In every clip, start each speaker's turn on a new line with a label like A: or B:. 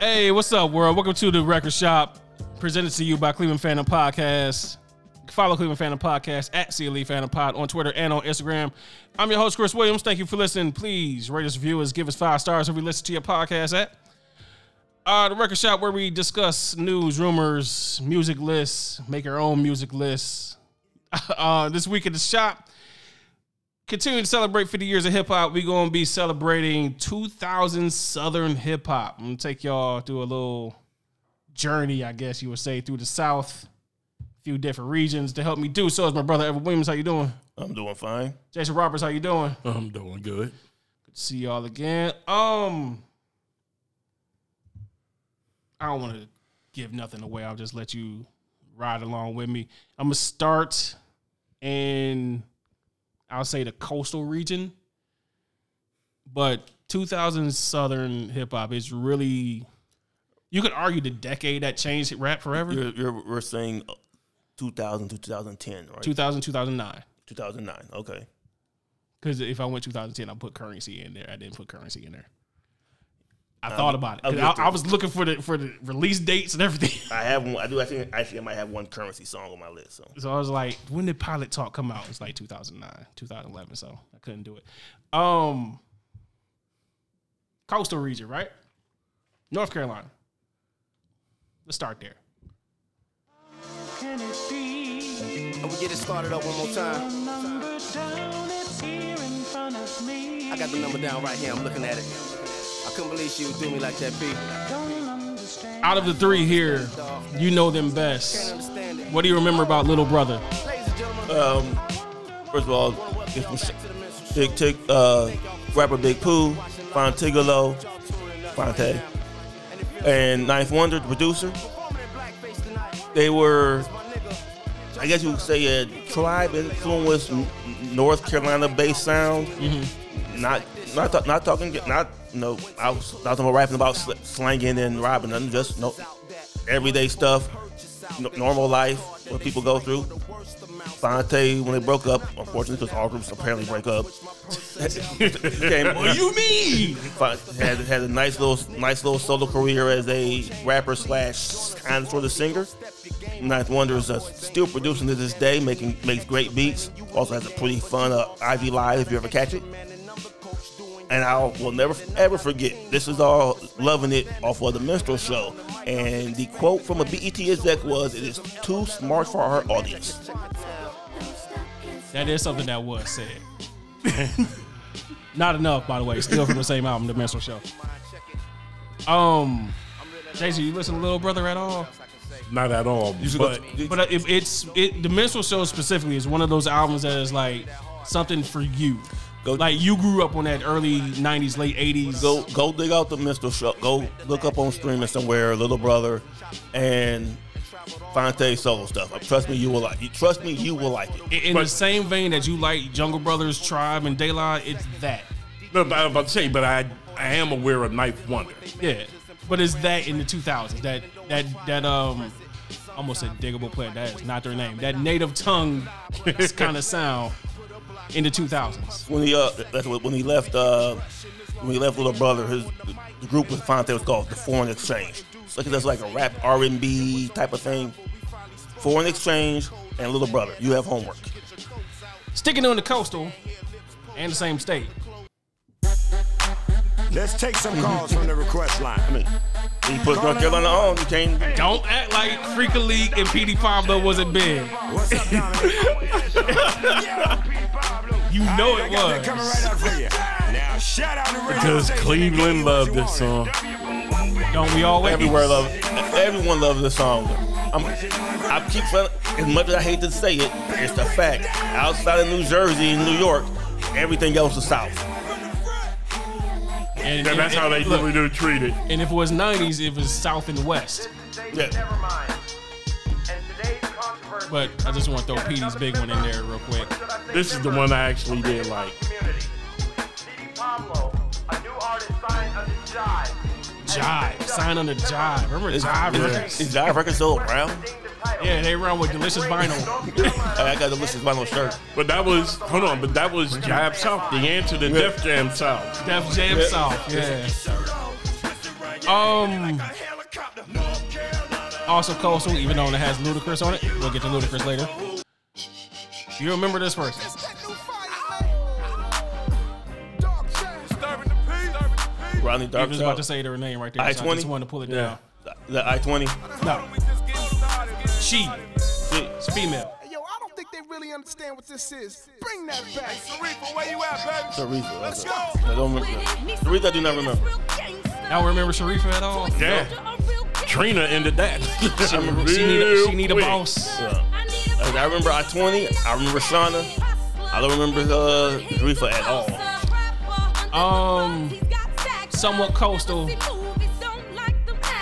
A: Hey, what's up, world? Welcome to the Record Shop, presented to you by Cleveland Phantom Podcast. Follow Cleveland Phantom Podcast at CLE Phantom Pod on Twitter and on Instagram. I'm your host, Chris Williams. Thank you for listening. Please rate us, viewers, give us five stars if we listen to your podcast at. Uh, the Record Shop, where we discuss news, rumors, music lists, make our own music lists. uh, this week at the shop, continuing to celebrate 50 years of hip hop, we're going to be celebrating 2000 Southern hip hop. I'm going to take y'all through a little journey, I guess you would say, through the South, a few different regions to help me do so. Is my brother Evan Williams? How you doing?
B: I'm doing fine.
A: Jason Roberts, how you doing?
C: I'm doing good.
A: Good to see y'all again. Um, I don't want to give nothing away. I'll just let you ride along with me. I'm gonna start in I'll say the coastal region. But 2000 Southern hip hop is really, you could argue the decade that changed rap forever.
B: You're, you're we're saying 2000 to 2010, right?
A: 2000, 2009.
B: 2009. Okay.
A: Because if I went 2010, I put currency in there. I didn't put currency in there. I thought about it. 'Cause
B: I'll get
A: I, I was looking for the for the release dates and everything.
B: I have one. I do. I think actually I might have one currency song on my list. So
A: So I was like, when did Pilot Talk come out? It's like 2009, 2011. So I couldn't do it. Um, coastal region, right? North Carolina. Let's start there.
D: And we get it started up one more time. I got the number down right here. I'm looking at it. I couldn't believe she would do me like that, P.
A: Out of the three here, you know them best.
D: Understand it.
A: What do you remember about Little Brother?
D: Ladies and gentlemen,
C: Uh,
B: um, first of all, get some sh- Big Tick, uh, rapper Big Pooh, Fontigolo, Fonte, and Ninth Wonder, the producer. They were, I guess you would say, a tribe influenced N- North Carolina-based sound.
A: Mm-hmm.
B: Not, not, ta- not talking, not no. I was not talking about rapping about sl- slanging and robbing. nothing, Just no everyday stuff, n- normal life, what people go through. Fonte, when they broke up, unfortunately, because all groups apparently break up, came,
A: What do you mean?
B: Fo- had had a nice little nice little solo career as a rapper slash kind of sort of singer. Ninth Wonder is uh, still producing to this day, making makes great beats. Also has a pretty fun uh, Ivy Live if you ever catch it. And I will never ever forget. This is all loving it off of the Minstrel Show. And the quote from a BET exec was, "It is too smart for our audience."
A: That is something that was said. Not enough, by the way. Still from the same album, The Menstrual Show. Um, Jason, you listen to Little Brother at all?
C: Not at all.
B: should go
C: but
B: to-
A: But if it's it, the Minstrel Show specifically is one of those albums that is like something for you.
B: Go-
A: like you grew up on that early '90s, late '80s.
B: go go dig out the Mr. Show. Go look up on streaming somewhere, Little Brother, and Fonte Soul stuff. Uh, Trust me, you will like. it. Trust me, you will like it.
A: in, in the
C: But-
A: same vein that you like Jungle Brothers, Tribe, and Daylight. It's that,
C: no, but I was about to say, but I I am aware of Knife Wonder.
A: yeah. But it's that in the 2000s. That that that um, almost said diggable player. That is not their name. That native tongue kind of sound in the 2000s.
B: When he uh, that's what, when he left. Uh, when he left Little Brother, his the group with Fonte was called the Foreign Exchange. So I think that's like a rap R and B type of thing. Foreign Exchange and Little Brother. You have homework.
A: Sticking on the coastal and the same state.
E: Let's take some calls from the request line.
B: I mean, when you put North Carolina on, you can't.
A: Don't act like Freaka League and PD Pablo wasn't big.
E: What's up, Donovan?
A: You know
E: I
A: it
E: got that coming right
A: was.
E: up for you. Now, shout out to radio
C: Because
E: station.
C: Cleveland loved this song.
A: Don't we always?
B: Everywhere love, everyone loves this song. I'm, I keep as much as I hate to say it, it's a fact. Outside of New Jersey and New York, everything else is South.
A: And,
C: And that's how they
A: look,
C: really do treat it.
A: And if it was 90s, it was South and West.
B: Yeah,
A: But I just want to throw PD's big one in there real quick.
C: This is the one I actually did like.
A: Jive. Sign on the Jive. Remember
B: is,
A: Jive
B: is,
A: Records?
B: is Jive Records still around?
A: Yeah, they run with Delicious Vinyl.
B: I got the Lucius Vinyl shirt.
C: But that was hold on, but that was Jive South, the answer to Def Jam South.
A: Def Jam South. Yeah. Um,
E: helicopter. North Carolina.
A: Also Coastal, even though it has Ludacris on it. We'll get to Ludacris later. You remember this person.
E: Disturbing the peace.
B: Rodney
A: I
B: Dark.
A: was about to say their name right there.
B: I
A: so I
B: twenty.
A: just wanted to pull it down.
B: The I twenty.
A: No,
E: We just getting started.
A: she. It's female.
F: Yo, I don't think they really understand what this is. Bring that back.
E: Reaper, where you at, baby?
B: Sharifa. Let's
E: go.
B: I don't remember. Sharifa, I do not remember.
A: I don't remember Sharifa at all.
C: Yeah. Trina ended that.
B: I remember.
A: She need a, she need a
C: Real quick.
A: boss.
B: Like, I remember I twenty. I remember Shauna. I don't remember uh, Sharifa at all.
A: Um, somewhat coastal.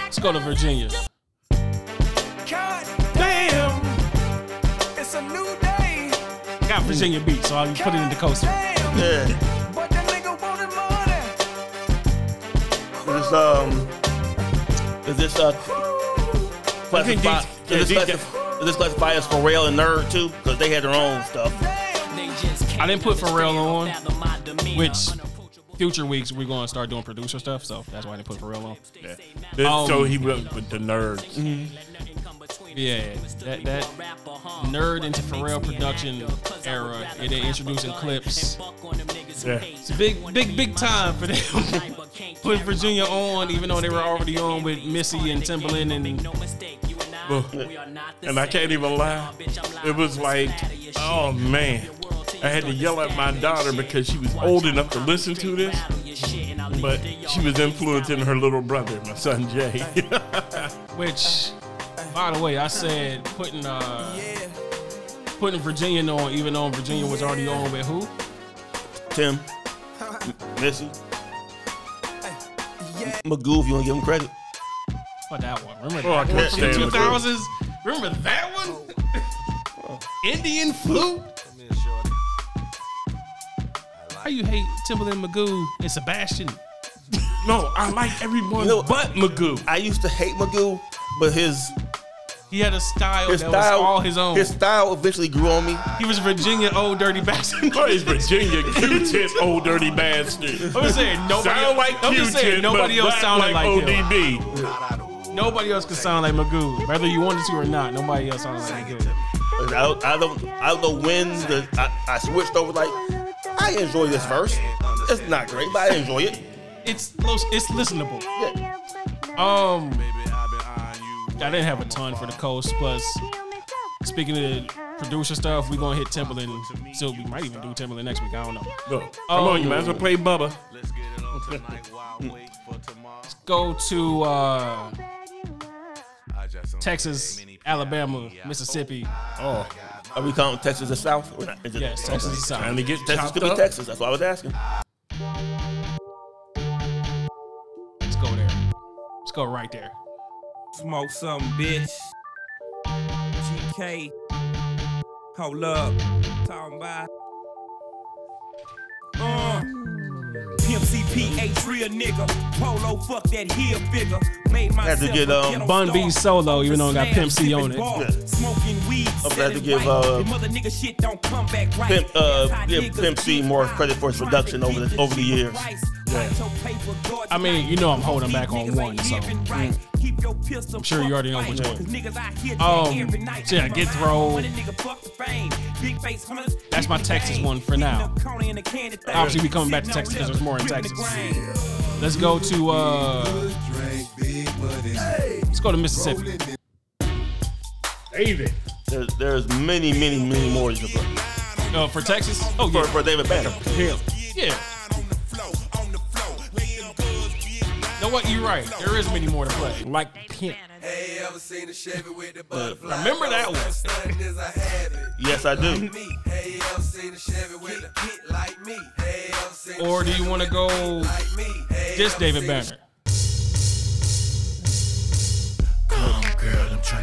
A: Let's go to Virginia.
E: God damn. It's a new day.
A: Got Virginia beat, so I'll put it in the coastal.
E: Damn.
B: Yeah.
E: But the nigga wanted money.
B: Is um. Is this uh
C: think
B: classified?
C: these-
B: Is this
C: yeah, these
B: classified? Is this classified as Pharrell and Nerd too? Because they had their own stuff.
A: I didn't put Pharrell on, which future weeks we're gonna start doing producer stuff, so that's why I didn't put Pharrell on.
C: Yeah. This-
A: Um,
C: so he went with the
A: Mm-hmm.
C: nerds.
A: Yeah, that that nerd into Pharrell production era. It they introducing clips.
C: Yeah.
A: It's a big, big, big time for them. Put Virginia on, even though they were already on with Missy and Timberland and
C: And I can't even lie. It was like, oh man. I had to yell at my daughter because she was old enough to listen to this, but she was influencing her little brother, my son Jay.
A: Which, by the way, I said putting uh putting Virginia on, even though Virginia was already on with who?
B: Tim, Missy, Magoo. If you want to give him credit,
A: Oh, that one. Remember
C: Oh, I
A: that one
C: can't
A: from
C: stand
A: the
C: it.
A: 2000s? Remember that one? Indian flute. How you hate Timberland, Magoo, and Sebastian?
C: no, I like everyone
B: You know-
C: but Magoo.
B: I used to hate Magoo, but his
A: He had a style
B: his
A: that
B: style
A: was all his own.
B: His style eventually grew on me.
A: he was Virginia old dirty bastard.
C: Oh, it's Virginia Q-Tip, old dirty bastard.
A: I'm just saying nobody.
C: Sound like
A: I'm just saying
C: Q-Tip,
A: nobody else
C: but
A: sounded
C: black
A: like,
C: like
A: him.
C: ODB.
A: Nobody else could sound like Magoo, whether you wanted to or not. Nobody else sounded like Magoo.
B: I don't, I don't, I don't know when the, I, I switched over. Like, I enjoy this verse. It's not great, but I enjoy it.
A: It's close. It's listenable. Um, I didn't have a ton for the coast. Plus, speaking of producer stuff, we gonna hit Timberland. So we might even do Timberland next week. I don't know.
C: No, come on, you
A: Oh.
C: might as well play Bubba.
A: Go to uh, Texas, Alabama, Mississippi.
C: Oh,
B: Are we calling Texas the South? Or not? Is it-
A: Yes, Texas is
C: trying
A: south.
C: to get
B: Texas
C: chopped
B: could be
C: up.
B: Texas. That's why I was asking.
A: Let's go there. Let's go right there.
G: Smoke some bitch. GK. Hold up. Talking about. Uh. Pimp CPH, real nigga. Polo, fuck that heel figure. Made my
B: Had to get, um,
A: Bun B solo, even though it got Pimp C on it.
G: Smoking weed.
B: I'm glad to
G: selling
B: give,
G: white.
B: uh,
G: Your mother nigga shit don't come back right.
B: Pimp, uh,
G: Anti
B: give
G: niggas
B: Pimp C
G: get
B: more
G: high.
B: credit for his
G: Tryna
B: production over
G: beat
B: the- over the
G: cheap
B: years.
G: price. Watch your paper, Lord,
A: I mean, you know I'm holding back on
G: These niggas
A: one,
G: ain't
A: so- Mm.
G: living right. Keep your pistol
A: I'm sure you already know which one. Um, yeah,
G: yeah,
A: Get Throw. That's my Texas one for now. Obviously, we coming back to Texas 'cause there's more in Texas. Let's go to uh, let's go to Mississippi.
C: David.
B: There's, there's many, many, many more to play.
A: Uh, for Texas? Oh
B: for,
A: yeah,
B: for David Beckham.
A: yeah. yeah. You know what? You're right. There is many more to play.
C: Like Pimp.
A: Remember that one?
B: Yes, I do.
A: Or do you want to go just David Banner?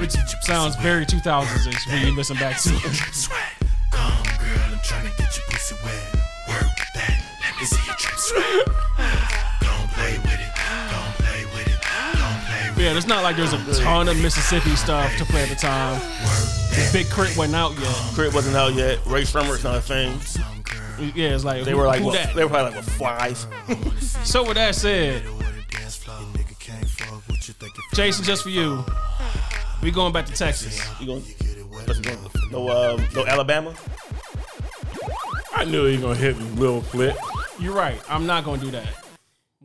A: Which sounds very 2000s ish when you listen back to it. Yeah, it's not like there's a ton of Mississippi stuff to play at the time. Big Crit wasn't out yet.
B: Crib wasn't out yet. Ray Shremmer's not a thing.
A: Yeah, it's like
B: They were like,
A: who
B: what,
A: that?
B: they were probably like what, five.
A: So with that said, Jason, just for you. We going back to Texas.
B: You going? Let's go. No, um, no Alabama.
C: I knew he was gonna hit me real quick.
A: You're right. I'm not gonna do that.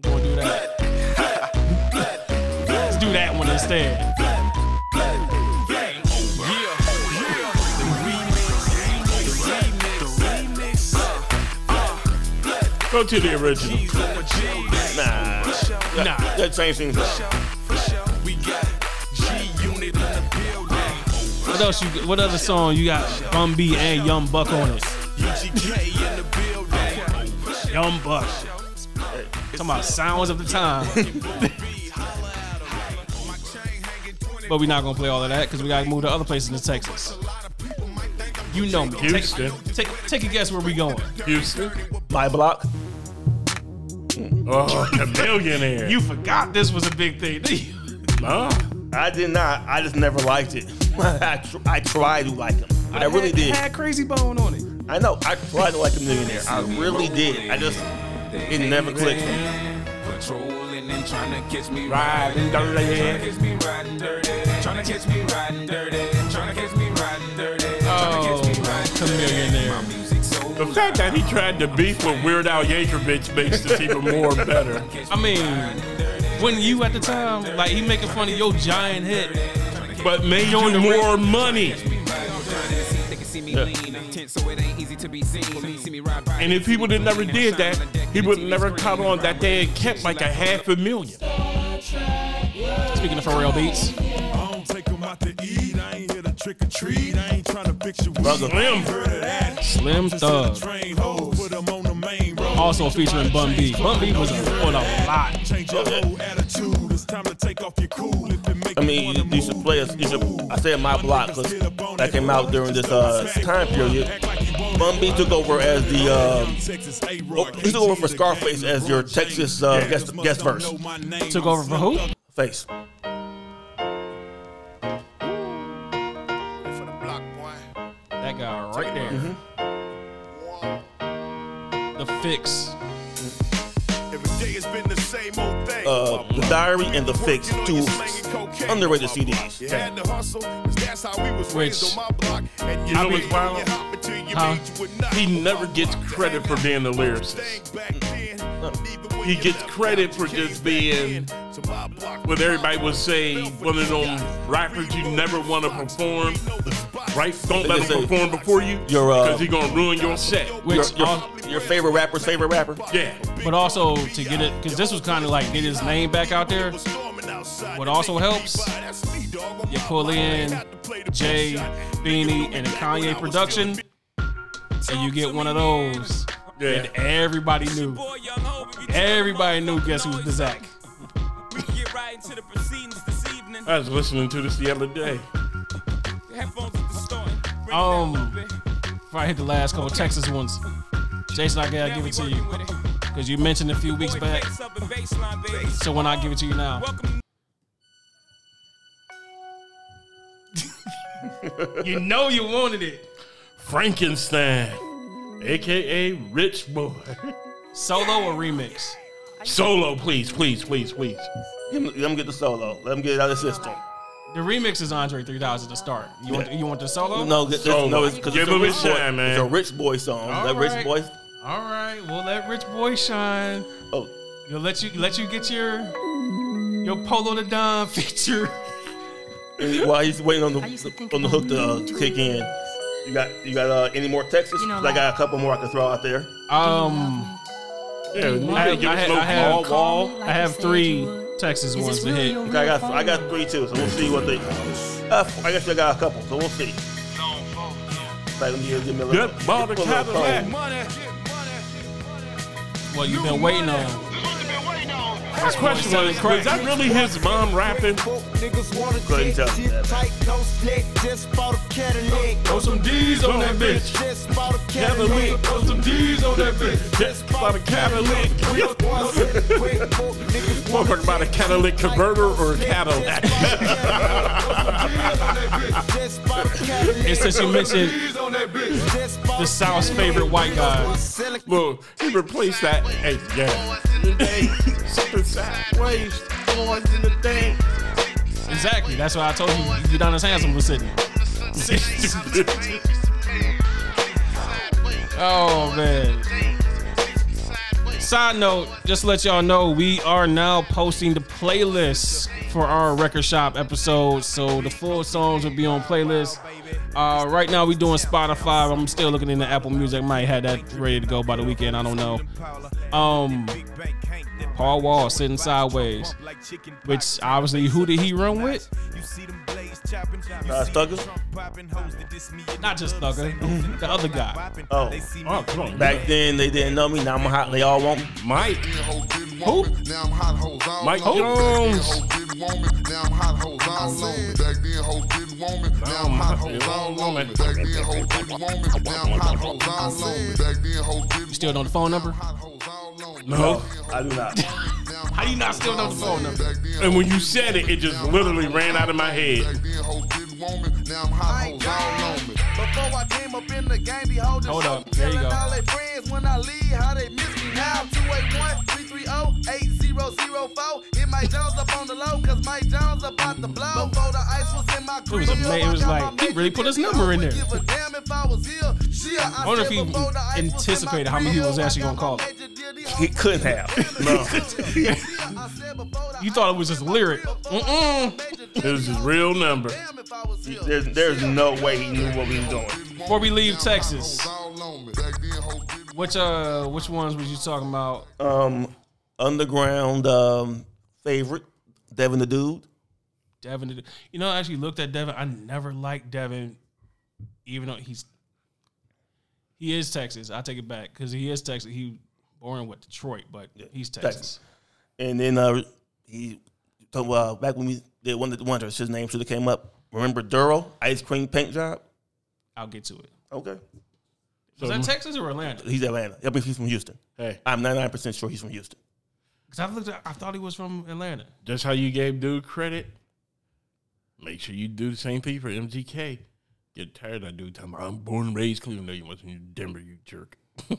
A: I'm gonna do that. Let's do that one instead.
C: Go to the original.
B: Nah,
A: Nah.
B: that same thing.
A: What else you? What other song you got? Bum B and Young Buck on it. Young Buck. Talking about sounds of the time. but we're not gonna play all of that because we gotta move to other places in Texas. You know me. Take,
C: Houston.
A: take, take a guess where we going.
C: Houston.
B: My block.
C: Oh, chameleonaire.
A: You forgot this was a big thing.
C: Oh,
B: I did not. I just never liked it. I, tr- I tried to like him, but I, really
A: had,
B: did.
A: Had Crazy Bone on it.
B: I know. I tried to like a millionaire. I really did. I just it never clicked. for me.
H: Patrolling and trying to catch me
C: Riding
H: riding
C: dirty.
H: dirty. Trying to catch me riding dirty. Trying to catch me riding dirty. Trying to catch me riding dirty.
A: Oh,
H: Trying to catch me riding dirty. My
A: Chameleonaire.
H: music so
C: the fact that he tried to beef with Weird Al Yankovic makes this even more better.
A: I mean, when you at the time, like he making fun of your giant head.
C: But made you more money.
H: They can see me lean. I'm tense, so it ain't easy to be seen. When you see me ride by,
C: And if people that never did that, he would never caught on that they had kept like a half a million.
A: Speaking of Pharrell beats,
I: I don't take 'em out to eat. I ain't here to trick or treat. I ain't trying to fix your weed.
B: Brother,
C: Slim.
I: Heard of that?
A: Slim Thug,
I: Train hoes, put 'em on the main road.
A: also featuring Bun B. Bun B was on a lot.
I: Change
C: Oh.
I: your whole attitude. It's time to take off your cool. If it make
B: I mean, you, you should play. us- You should. I said my block because that came out during this uh, time period. Bun B took over as the. Um,
I: Texas A
B: oh, he took over for Scarface as your Texas uh, guest guest verse
A: Took over for who?
B: face.
A: That guy right there.
B: Mm-hmm.
A: The fix.
E: Every day has been the same old thing.
B: Uh, the Diary and the Fix, two underrated
E: You
B: CDs.
E: had to hustle, 'cause that's how we was
A: Which-
E: raised on my block. And you
C: I
E: know
C: was wild.
A: Huh?
C: He never gets credit for being the lyricist. He gets credit for just being what everybody would say, one of them rappers you never want to perform. Right? Don't let him perform before you
B: Your, uh,
C: because he's going to ruin your set.
B: Your,
A: Which,
B: your,
C: uh,
A: al-
B: your favorite rapper's favorite rapper.
C: Yeah.
A: but also to get it, because this was kind of like get his name back out there. What also helps, you pull in Jay, Beanie, and a Kanye production, and you get one of those.
C: Yeah.
A: Everybody knew. Everybody knew. Guess who's the Zach?
H: Get right into the proceedings this evening.
A: Uh.
C: I was listening to this the other day.
H: Headphones at the store. Bring it
A: Um,
H: down a little bit.
A: Before I hit the last couple Texas ones, Jason, I gotta
H: Now
A: give
H: we
A: it to
H: working
A: you
H: with it.
A: because you mentioned a few weeks
H: Boy,
A: back.
H: face up and baseline, baby.
A: So when I give it to you now,
H: Welcome
A: you know you wanted it.
C: Frankenstein, aka Rich Boy.
A: Solo or remix?
C: Solo, please, please, please, please.
B: Let him, let him get the solo. Let him get it out of the system.
A: The remix is Andre 3000 to start. You want you want the solo?
B: No, get this,
C: Solo.
B: no, it's because
C: Give
B: it's a
C: him
B: rich
C: his
B: boy.
C: shine, man.
B: It's a rich boy song.
A: All
B: that
A: right.
B: rich boy.
A: All right, we'll let Rich Boy shine.
B: Oh,
A: You'll let you let you get your your Polo the Don feature.
B: while he's waiting on the
J: I used to think
B: on the hook to uh,
J: about-
B: kick in, you got you got uh, any more Texas?
J: You know,
B: 'Cause I got a couple more I can throw out there.
A: Um,
C: Yeah, you
A: I
C: gotta
A: have,
C: give
A: I
C: us
A: have,
C: no
A: I have,
C: call.
A: I have three Texas
J: Is
A: ones
J: this
A: to
J: really your
A: hit.
J: real
B: I got
J: phone?
B: I got three too, so we'll see what they. Uh, I guess I got a couple, so we'll see. Like, let me give me a little.
C: Good ball to
B: pull uh, a little
C: Cadillac.
B: phone.
A: Well, you've been waiting on.
C: My question was, was that really his mom rapping?
B: Couldn't tell.
C: Throw some D's on that bitch. Cavalier, throw some D's on that bitch. Just about a Cadillac. Motherfucker about a Cadillac converter or a Cadillac.
A: And since you mentioned the South's favorite white guy,
C: Well, he replaced that. Hey, yeah. Something sideways. Boys in the day.
A: Exactly. That's why I told you Udonis Handsome was sitting. Oh man. Side note, just to let y'all know, we are now posting the playlist for our record shop episodes. So the full songs will be on playlist. Uh, right now we doing Spotify. I'm still looking into Apple Music. Might have that ready to go by the weekend. I don't know. Um, Paul Wall sitting sideways, which obviously who did he run with?
B: Uh, Thugger?
A: Not just Thugger, the other guy.
B: Oh.
C: Oh, come on.
B: Back then they didn't know me. Now I'm hot. They all want me.
C: Mike.
A: Who?
J: Now I'm hot hoes all
C: Mike
J: alone.
C: Jones.
J: Back then, hoes didn't want me. Now I'm hot hoes all alone. Back then hoes didn't want me. Now I'm hot hoes all alone. Back then hoes didn't want me. Now I'm hot hoes all alone. Back then hoes didn't
A: Still know the phone number?
J: want me.
C: No.
B: I do not.
A: How do you not still know the phone number?
J: Back then
C: And when you said it, it just literally ran out of my head.
J: Back then hoes didn't want me. Now I'm hot hoes all alone.
K: Before I came up in the game, they holding
A: Hold
K: show.
A: up. There you
K: Telling
A: go.
K: all their friends when I leave how they miss me now. oh, 281-330-8004. Hit Mike Jones up on the low, cause Mike Jones about to blow. Before the ice was in my
A: It
K: crib.
A: was ama- it was
K: I got
A: like,
K: my
A: he really put his number in there.
K: Give a damn if I was here. Shit, I
A: wonder if
K: said
A: he
K: before the ice was in my
A: anticipated how many he
K: crib.
A: was actually
K: I got
A: gonna
K: my
A: call it.
K: major deal. These
B: He
K: hoes
B: couldn't have. No.
A: You thought it was just lyric. Mm-mm.
C: It was his real number.
B: There's, there's no way he knew what we was doing.
A: Before we leave Texas,
J: All alone. Back then hoes didn't
A: which uh, which ones was you talking about?
B: Um, underground um, favorite, Devin the Dude.
A: Devin, did- you know, I actually looked at Devin. I never liked Devin, even though he's he is Texas. I take it back because he is Texas. He born with Detroit, but he's Texas.
B: Texas. And then uh, he, so, uh, back when we did Wonder the Wonders, his name should have came up. Remember Duro, ice cream paint job?
A: I'll get to it.
B: Okay.
A: Is that Texas or Orlando?
B: He's Atlanta. I mean, he's from Houston.
C: Hey,
B: I'm 99% sure he's from Houston.
A: Because I looked, at, I thought he was from Atlanta.
C: just how you gave dude credit, make sure you do the same thing for MGK. Get tired of that dude talking about, I'm born and raised Cleveland. No, you wasn't in Denver, you jerk.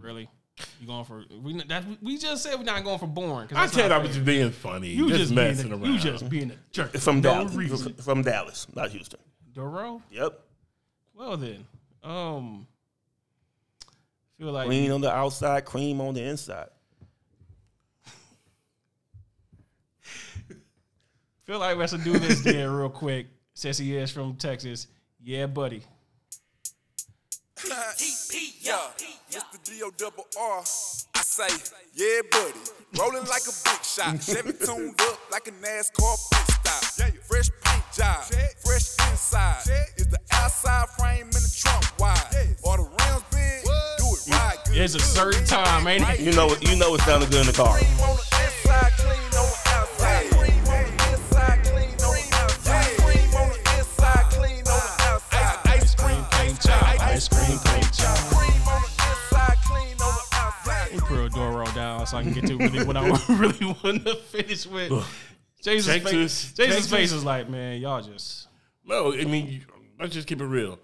A: Really? You going for we? n- That we just said we're not going for born. 'cause
C: I
A: that's
C: said
A: not
C: I was
A: fair.
C: just being funny.
A: You
C: just,
A: just
C: messing
A: being a,
C: around.
A: You just being a jerk.
B: It's From
A: No
B: Dallas.
A: reason.
B: From Dallas, not Houston.
A: Duro.
B: Yep.
A: Well then, um, feel like
B: Clean on the outside, cream on the inside.
A: Feel like let's do this again real quick. Says he is from Texas. Yeah, buddy.
E: Uh, E It's the D O double R. I say, yeah, buddy. Rolling like a big shot. Chevy tuned up like a NASCAR pit stop. Fresh paint job, fresh inside. Is the outside frame in the trunk wide? Or the rims big? Do it right. Good,
A: It's a
E: good.
A: certain time, ain't it?
B: You know, you know it sounded good in the car.
E: Cream on the inside, clean on the outside. Cream on the inside, clean on the outside. Cream on the inside, clean on the outside. Ice cream paint job, ice cream paint job. Cream on the inside, clean on the outside.
A: We put a door roll down so I can get to really what I really want to finish with. Jason's,
C: Texas,
A: face, Jason's
C: Texas.
A: face is like, man, y'all just
C: No, I mean, you- let's just keep it real.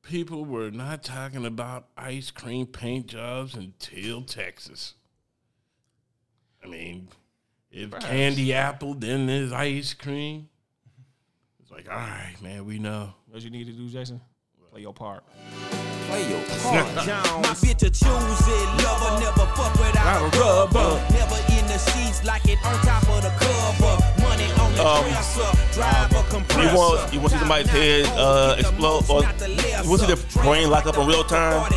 C: People were not talking about ice cream paint jobs until Texas. I mean, if candy apple, then there's ice cream. It's like, all right, man, we know.
A: what you need to do, Jason. Play your part.
G: My bitch a choose it, lover, never fuck without a rubber. Never in the sheets, like it on top of the cover. Money on the
B: Um,
G: dresser, drive a compressor.
B: You want you want to see somebody's head uh, explode, or you want to see their brain lock up in real time?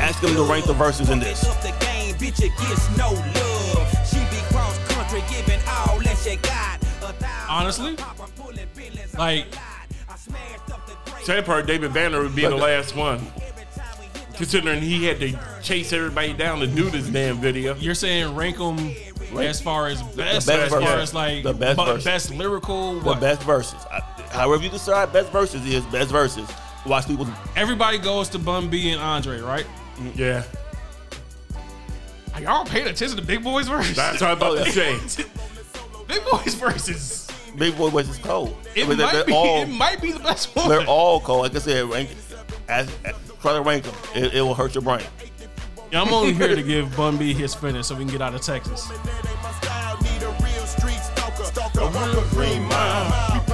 B: Ask them to rank the verses in this.
G: Up the game, bitch, it gets no love. She be cross country, giving all that she got. A thousand
A: Honestly?
G: pop, I'm pulling billions out
A: Like-
G: the lot. I smashed up the grave
C: Sad part, David Banner would be the
B: But-
C: last one,
G: every time we hit the
C: considering he had to chase everybody down to do this damn video.
A: You're saying rank them as far as best,
B: best
A: as far
B: version.
A: as like
B: The best
A: bu-
B: version.
A: best lyrical.
B: The
A: What?
B: best verses. I, however you decide best verses is best verses. Watch people.
A: Everybody goes to Bun B and Andre, right?
C: Yeah,
A: Are y'all paying attention to Big Boy's verse?
C: that's what I'm about to say.
A: Big Boy's verse is
B: Big Boy West is cold.
A: it
B: I mean, they're-
A: might
B: they're
A: be
B: all-
A: it might be the best one.
B: They're all cold. Like I said, rank. As, as, try to rank them. It, it will hurt your brain.
A: Yeah, I'm only here to give Bun B his finish so we can get out of Texas.
E: Need a real street stalker, stalker, a real green mind.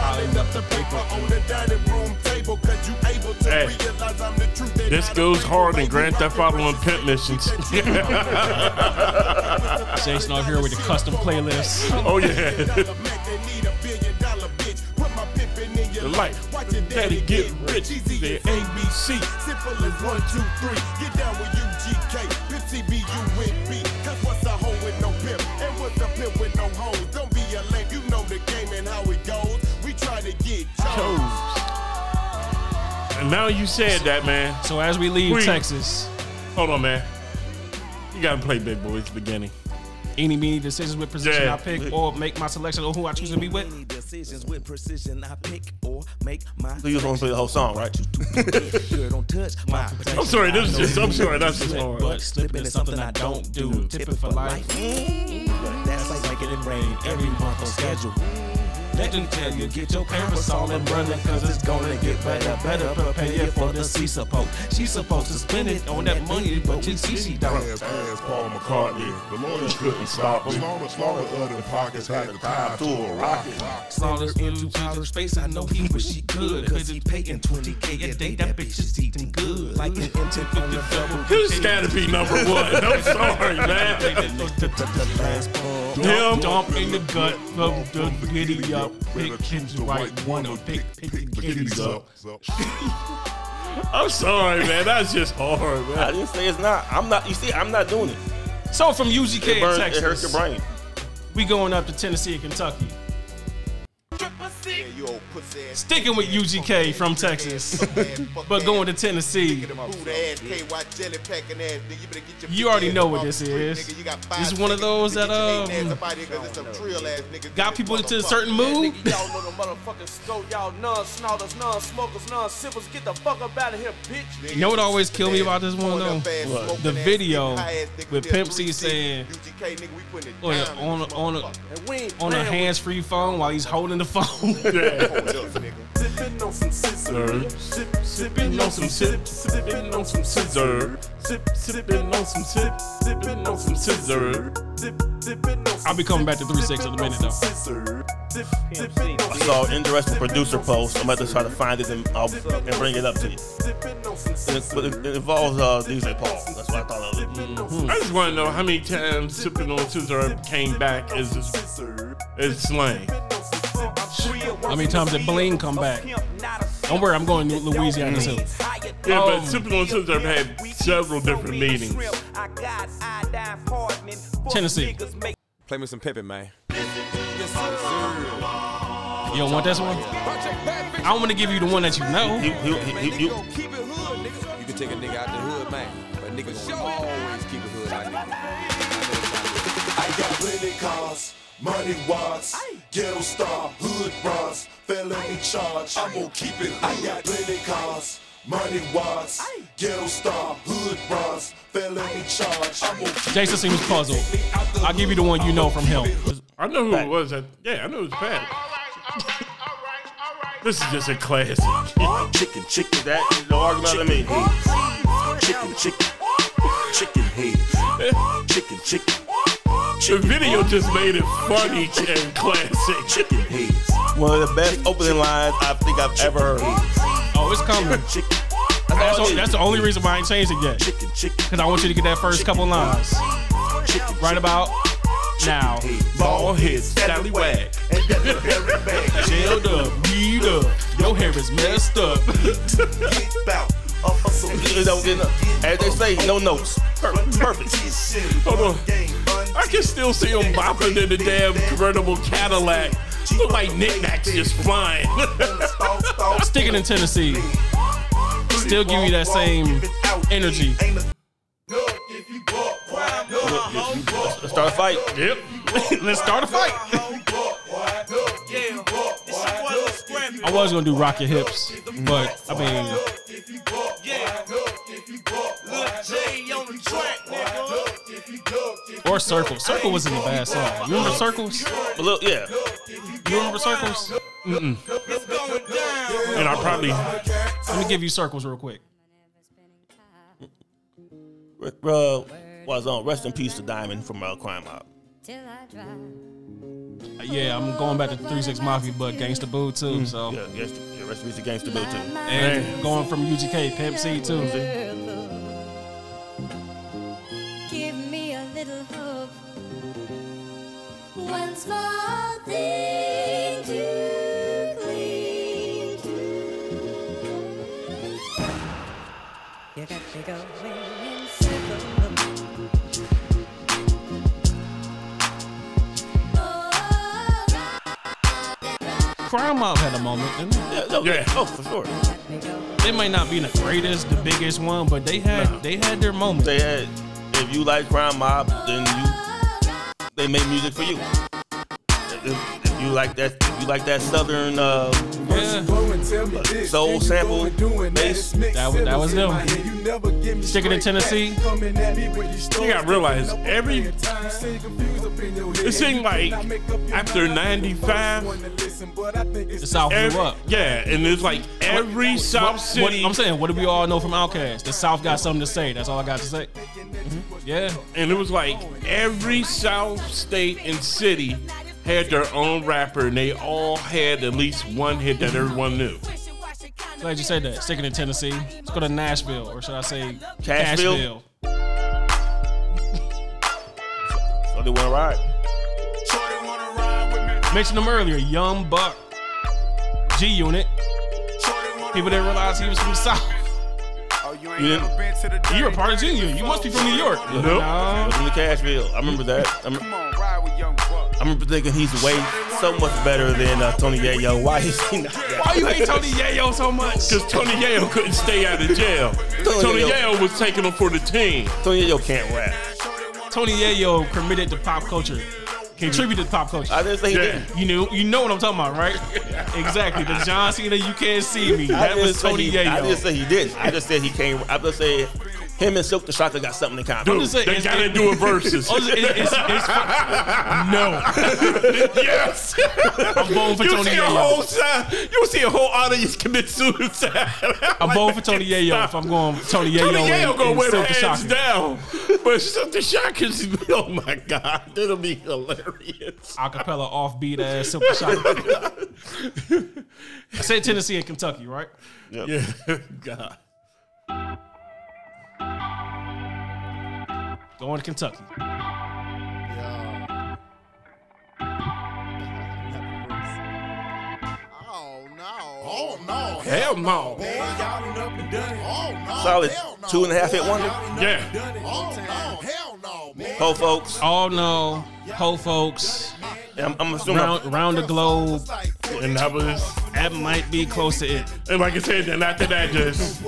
C: This goes hard in Grand Theft Auto and Pimp Missions.
A: Jason over here with the custom playlist.
C: Oh yeah. The life. Daddy get rich. The ABC.
L: Simple as one, two, three. Get down with UGK. Pimp CB, you with me. Cause what's a hoe with no pimp? And what's a pimp with no hoes? Don't be a lame. You know the game and how it goes. We try to get chose.
C: And now you said that, man.
A: So as we leave Texas,
C: hold on, man. You gotta play Big Boy's beginning.
A: Any meaning decisions with position
C: Yeah.
A: I pick or make my selection of who I choose to be with.
G: Decisions with precision I pick or make my
B: So you just want to play the whole song, right?
G: don't touch my
C: I'm sorry, this is just. I'm sorry, that's just hard.
A: But slipping is something I don't do. Tipping for life.
G: Mm. That's like making it rain every month on schedule.
A: Mm.
G: Let them tell you, get your parasol and run it, cause it's gonna get better. Better prepare you for the sea support. She's supposed to spend it on that money, but you see she don't.
M: Pass, pass, Paul McCartney. The lawyers couldn't stop me. Slaughter, slaughter of the pockets had a tie to a rocket.
G: Slaughters into outer space, I know he wish he could. Cause he paying 20k a day, that bitch is eating good. Like an intent on the double.
C: This gotta be number one. I'm sorry, man. Damn.
A: Dump in the gut, from the giddy up. Pick Kim's the right one, or pick picking kitties up.
C: I'm sorry, man. That's just hard,
B: I
C: man.
B: didn't say it's not. I'm not. You see, I'm not doing it.
A: So from UGK
B: It, burns,
A: in
B: it hurts your
A: Texas,
B: brain.
A: we going up to Tennessee and Kentucky. Sticking with UGK from Texas, but going to Tennessee.
L: You already know what this is. This is one of those that um
A: Got people into a certain
N: Y'all know
A: mood.
N: the motherfuckers stole y'all non-snouters, non-smokers, non-sippers. Get the fuck up out of here, bitch.
A: You know what always killed me about this one though? The video with Pimp C saying on a, on a, on a, on a hands-free phone while he's holding the phone.
L: Sippin' on some scissors. Sip,
C: sippin' on some sip, sippin' on some scissor. Sip, sippin' on some sip, sippin' on some scissor.
A: I'll be coming back to 3-6 in a minute though.
B: I saw an interesting producer post. I'm about to try to find it and, I'll, and bring it up to you. And it, but it, it involves uh, DJ Paul. That's what I thought of it.
C: I just want to know how many times sipping on scissor came back as as slang.
A: How many times did Bling come back? Don't worry, I'm going to Louisiana soon.
C: Yeah,
A: Oh.
C: but sipping on scissor had several different meanings.
A: Tennessee.
E: Play me some pimpin', man.
A: You don't want this one? I want to give you the one that you
B: Mm-hmm.
A: know.
E: You can take a nigga out the hood, man. But nigga gonna always keep a hood out
L: I got plenty cars, money wise, ghetto star, hood bras, felony charge. I'm gonna keep it. I got plenty cars, money wise, ghetto star, hood bras, felony charge. I'm gonna keep
A: Jason seems puzzled. I'll give you the one you know from him.
C: I know who it was. I, yeah, I know it was Pat. This is just a classic.
B: Chicken, chicken, that no argument with me. Chicken, chicken, chicken head. Chicken, chicken.
C: The video just made it funny and classic. Chicken heads.
B: One of the best opening lines I think I've ever heard.
A: Oh, it's coming. That's, the- that's the only reason why I ain't changed it yet. Because I want you to get that first couple lines. Right about now.
C: Ball hits, Sally Wag.
A: Jailed up, beat up. Your hair is messed up.
B: You don't get enough. As they say, no notes. Per- Perfect.
C: Hold on. I can still see him bopping in the damn convertible Cadillac. Look like knickknacks just flying.
A: Sticking in Tennessee. Still give you that same energy.
B: Let's start a fight.
C: yep.
A: Let's start a fight. I was gonna do rock your hips, but I mean, or circle. Circle wasn't a bad song. You remember circles?
B: But look, yeah.
A: You remember circles?
C: Mm-mm. And I probably
A: Let me give you circles real quick.
B: R- Uh, was on. Rest in peace to Diamond from uh, Crime Mob.
O: till I drop.
A: Yeah, I'm going back to Three Six Mafia, but Gangsta Boo too. So
B: yeah, gangsta, yeah rest in peace to Gangsta Boo too.
A: And going from UGK Pimp C too.
O: Give me a little hope. One small thing to cling to. You got to go in circles. Oh,
A: Crime Mob had a moment, didn't they?
B: Yeah, oh for sure.
A: They might not be the greatest, the biggest one, but they had they had their moment.
B: They had. If you like Crime Mob, then you they made music for you. If, if you like that, if you like that Southern uh, soul sample bass,
A: That was that was them. Sticking in Tennessee.
C: You gotta realize every. It seemed like after '95,
A: The South
C: every,
A: grew up.
C: yeah, and it's like every South
A: What-
C: city.
A: What, I'm saying, what do we all know from Outkast? The South got something to say. That's all I got to say. Mm-hmm. Yeah,
C: and it was like every South state and city had their own rapper, and they all had at least one hit that everyone knew.
A: Glad you said that. Sticking in Tennessee. Let's go to Nashville, or should I say
B: Cashville?
A: Cashville?
B: So they want to ride.
A: Mentioned him earlier, Young Buck, G Unit. People didn't realize he was from the South.
P: Oh,
E: you
B: You didn't-
A: are a part of G Unit. You must be from New York.
B: Nope. It was in Cashville. I remember that. I remember, I remember thinking he's way so much better than uh, Tony Yayo. Why is he not?
A: Why you hate Tony Yayo so much?
C: Because Tony Yayo couldn't stay out of jail.
B: Tony
C: Tony
B: Yayo-
C: Yayo was taking him for the team.
B: Tony Yayo can't rap.
A: Tony Yayo committed to pop culture. Contributed to pop culture.
B: I didn't say he didn't.
A: You knew, you know what I'm talking about, right? exactly. The John Cena, you can't see me.
B: I
A: That
B: didn't
A: was
B: say
A: Tony
B: he, I didn't
A: Yayo.
B: say he did. I just said he can't. I just said him and Silk the Shocker got something in common.
A: I'm just saying, it's- it- Oh, it's- it's- it's- it's fu- no.
C: yes.
A: I'm voting for
C: you
A: Tony
C: see a
A: Yayo.
C: whole side. You see a whole audience commit suicide.
A: I'm voting for Tony Yayo if I'm going Tony Yayo.
C: Tony Yayo
A: and-
C: gonna
A: and
C: win
A: Silk the
C: hands
A: Shocker.
C: down, but Silk the Shockers. Oh my God, that'll be hilarious.
A: acapella offbeat ass Silk Shocker. I said Tennessee and Kentucky, right?
C: Yeah, God.
A: Going to Kentucky.
J: Oh no.
C: Hell no.
B: Solid two and a half hit wonder.
C: Yeah.
B: Ho folks.
A: All no. Ho folks.
B: I'm, I'm assuming.
A: Round, round the globe.
C: And that was
A: that might be close to it.
C: And like I said, then after that, just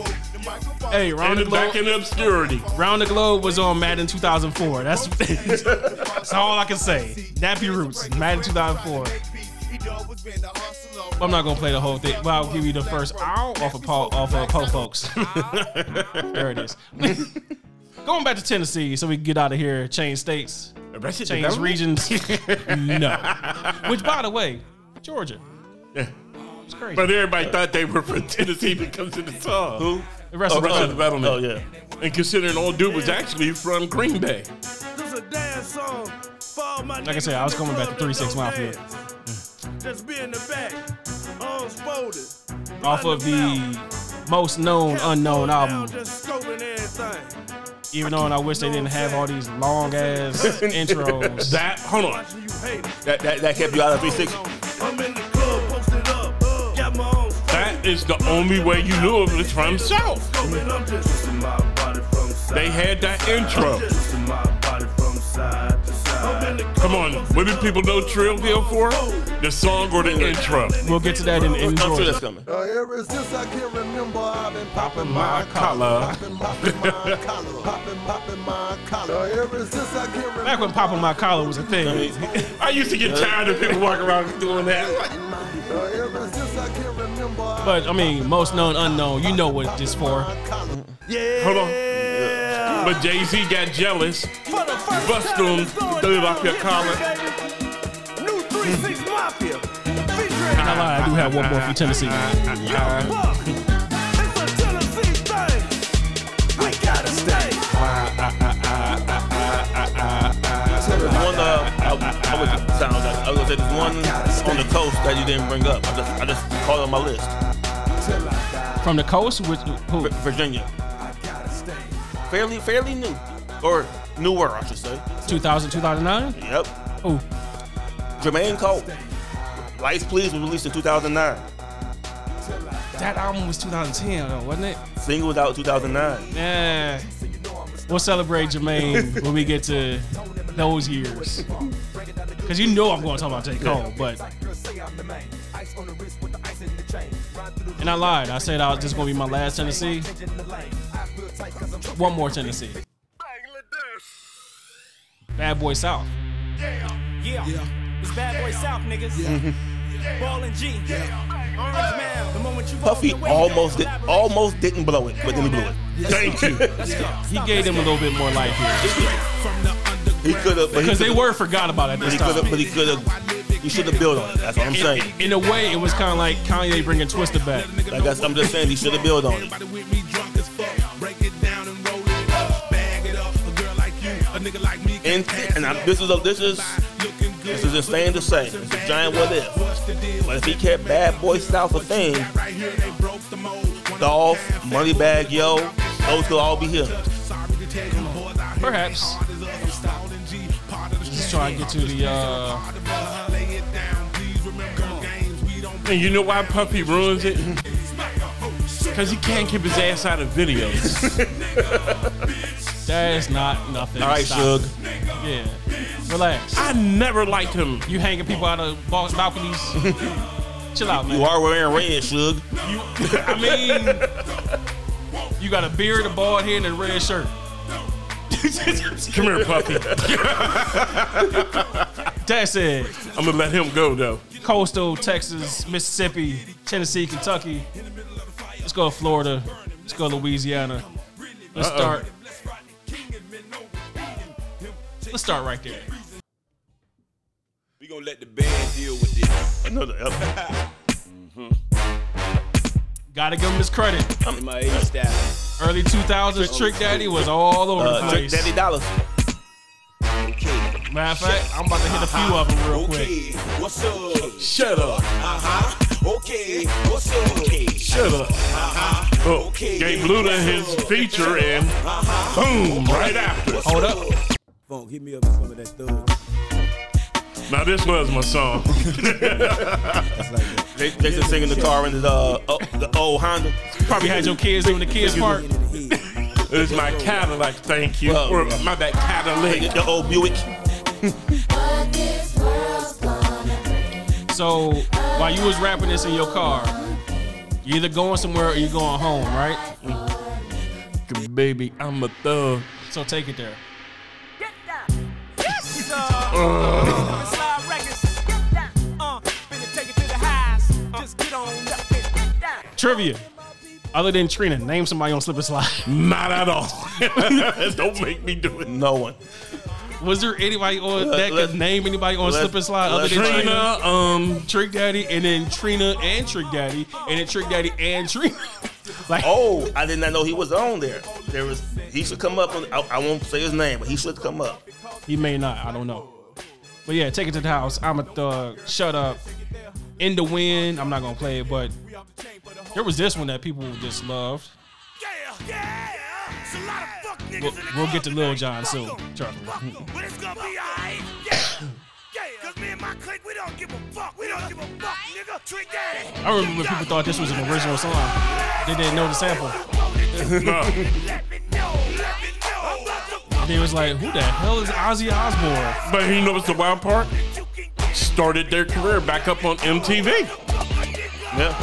A: Hey, round the
C: ended
A: globe.
C: back in obscurity.
A: Round the Globe was on Madden 2004. That's, that's all I can say. Nappy Roots, Madden 2004. I'm not gonna play the whole thing, but I'll give you the first ow off of Paul, off of Po Folks. there it is. Going back to Tennessee, so we can get out of here. Change states,
C: Arrested
A: change
C: Development?
A: regions. no. Which, by the way, Georgia.
C: Yeah.
A: It's crazy.
C: But everybody thought they were from Tennessee because of the song.
B: Who?
C: Arrested
B: Oh, oh,
C: Development.
B: oh, yeah.
C: And considering old dude was actually from Green Bay.
P: This a dance song for all my
A: Like I said,
P: niggas
A: I was
P: in
A: coming back to
P: Florida
A: 3-6 Mafia.
P: that Just be in the back, arms folded.
A: off of the most known unknown album.
P: Just scoping everything.
A: Even though and I wish they didn't have all these long ass intros.
C: That hold on.
B: That, that, that kept you out of 360.
C: That is the only way you knew it was from South. They had that intro. Come on, what do people know Trillville for? The song or the intro?
A: We'll get to that in, in
C: I'm sure
A: Georgia.
C: that's coming.
K: Uh, ever since I can remember, I've been popping
C: My collar.
K: collar. Ever since I can
A: Back when popping my collar was a thing.
C: I used to get tired of people walking around doing that.
A: But I mean, most known unknown, you know what this for.
C: Hold on. But Jay Z got jealous. Bust them, threw it off your collar.
P: New 3-6 Mafia.
A: And I lied, I do have one more from Tennessee.
B: One uh, said there's one on the coast that you didn't bring up. I just I just called on my list.
A: From the coast, which who?
B: Virginia. Fairly fairly new, or newer, I should say.
A: 2000, 2009?
B: Yep.
A: Who?
B: Jermaine Cole. Lights Please was released in 2009.
A: That album was 2010, though, wasn't it?
B: Single was out 2009.
A: Yeah. We'll celebrate Jermaine when we get to those years. Because you know I'm going to talk about J. Cole, but. And I lied. I said I was just going to be my last Tennessee. One more Tennessee. Bad Boy South.
Q: Yeah. It's Bad Boy South, niggas.
B: Mhm.
Q: Ballin' G. Orange Man. The moment you
B: Puffy
Q: walk in the window,
B: almost did, almost didn't blow it, but then he blew it. Thank you.
A: He gave them a little bit more life here.
B: He could have,
A: Because they were forgot about at this
B: But he could
A: time.
B: have, but he could have. You should have built on it. That's what I'm saying.
A: In a way, it was kind of like Kanye bringing Twister back.
B: Like that's, I'm just saying, he should have built on it. And, and I, this is a, this is this is insane to say. It's a giant what if. But if he kept Bad Boy South a thing, Dolph, Moneybag, Yo, those could all be here.
A: Perhaps. Just trying to get to the. Uh,
C: And you know why Puffy ruins it? Because he can't keep his ass out of videos.
A: that is not nothing.
C: All right,
A: Stop.
C: Suge.
A: Yeah. Relax.
C: I never liked him.
A: You hanging people out of bal- balconies. Chill out, man.
B: You are wearing red, Suge.
A: I mean, you got a beard, a bald head, and a red shirt.
C: Come here, Puffy.
A: That's it.
C: I'm gonna let him go though.
A: Coastal, Texas, Mississippi, Tennessee, Kentucky. Let's go to Florida. Let's go to Louisiana. Let's
C: Uh-oh.
A: start. Let's start right there.
E: We gonna let the band deal with this.
B: Another up.
A: Gotta give him his credit.
E: my age style.
A: Early 2000s, Trick Daddy was all over the
B: Uh, Trick
A: place.
B: Daddy Dollars.
A: Matter of fact, I'm about to hit a few of them real quick.
E: What's up?
C: Shut up.
E: Uh-huh. Okay. What's up? Okay.
C: Shut up. Oh, gave Luda his feature and boom, right after.
A: Hold up.
L: Funk, hit me up with some of that thug.
C: Now this was my song.
B: They, they just singing the car in the, uh, oh, the old Honda.
A: Probably had your kids doing the kids part.
C: It's my Cadillac, thank you.
B: Well,
C: or my bad Cadillac.
B: The old Buick.
A: So while you was rapping this in your car, you either going somewhere or you going home, right?
C: Baby, I'm a thug.
A: So take it there.
Q: Yes, sir. Uh. Slide records. Get down. Uh, finna take it to the highs. Just get on up and get down.
A: Trivia. Other than Trina, name somebody on Slip and Slide.
C: Not at all. Don't make me do it.
B: No one.
A: Was there anybody on
B: Let-
A: that could
B: let-
A: name anybody on
B: let-
A: Slip and Slide other
B: let
A: than Trina,
B: Trina,
C: um,
A: Trick Daddy, and then Trina and Trick Daddy, and then Trick Daddy and Trina? like,
B: Oh, I did not know he was on there. There was he should come up. On, I, I won't say his name, but he should come up.
A: he may not. I don't know. But yeah, take it to the house. I'm a thug. Shut up. In the wind. I'm not gonna play it, but there was this one that people just loved. We'll, we'll get to Lil John soon. Trust me.
R: But it's gonna be alright. Yeah. yeah. Cause me and my clique, we don't give a fuck. We don't give a fuck, nigga. Trick daddy.
A: I remember when people thought this was an original song. They didn't know the sample. They was like, who the hell is Ozzy Osbourne?
C: But you know what's the wild part? Started their career back up on MTV.
B: Yeah.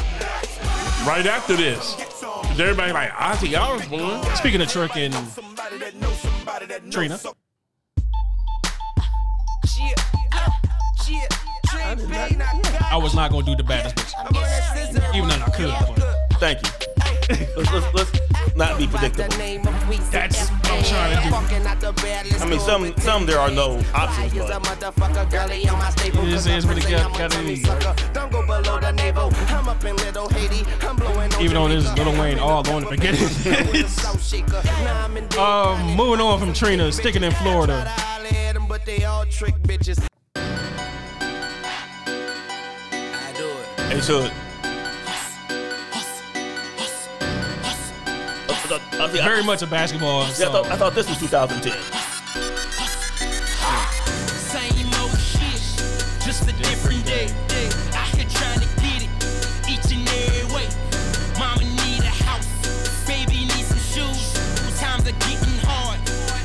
C: Right after this. 'Cause Everybody like Ozzy Osbourne.
A: Speaking of Trick and Trina, I was not gonna do the baddest bitch. Even though I could, but
B: Thank you. Let's, let's, let's not be predictable.
A: That's what I'm trying to do.
B: I mean, some some there are no options, but
A: It is, it is what it got, gotta be. Even though this is Lil Wayne all on the beginning. um, moving on from Trina, sticking in Florida.
B: They should.
A: Very much a basketball.
B: Yeah, I, thought, I thought this was 2010.
S: Same old shit, just a different day. day. Out here trying to get it each and every way. Mama need a house, baby need some shoes. Times are getting hard.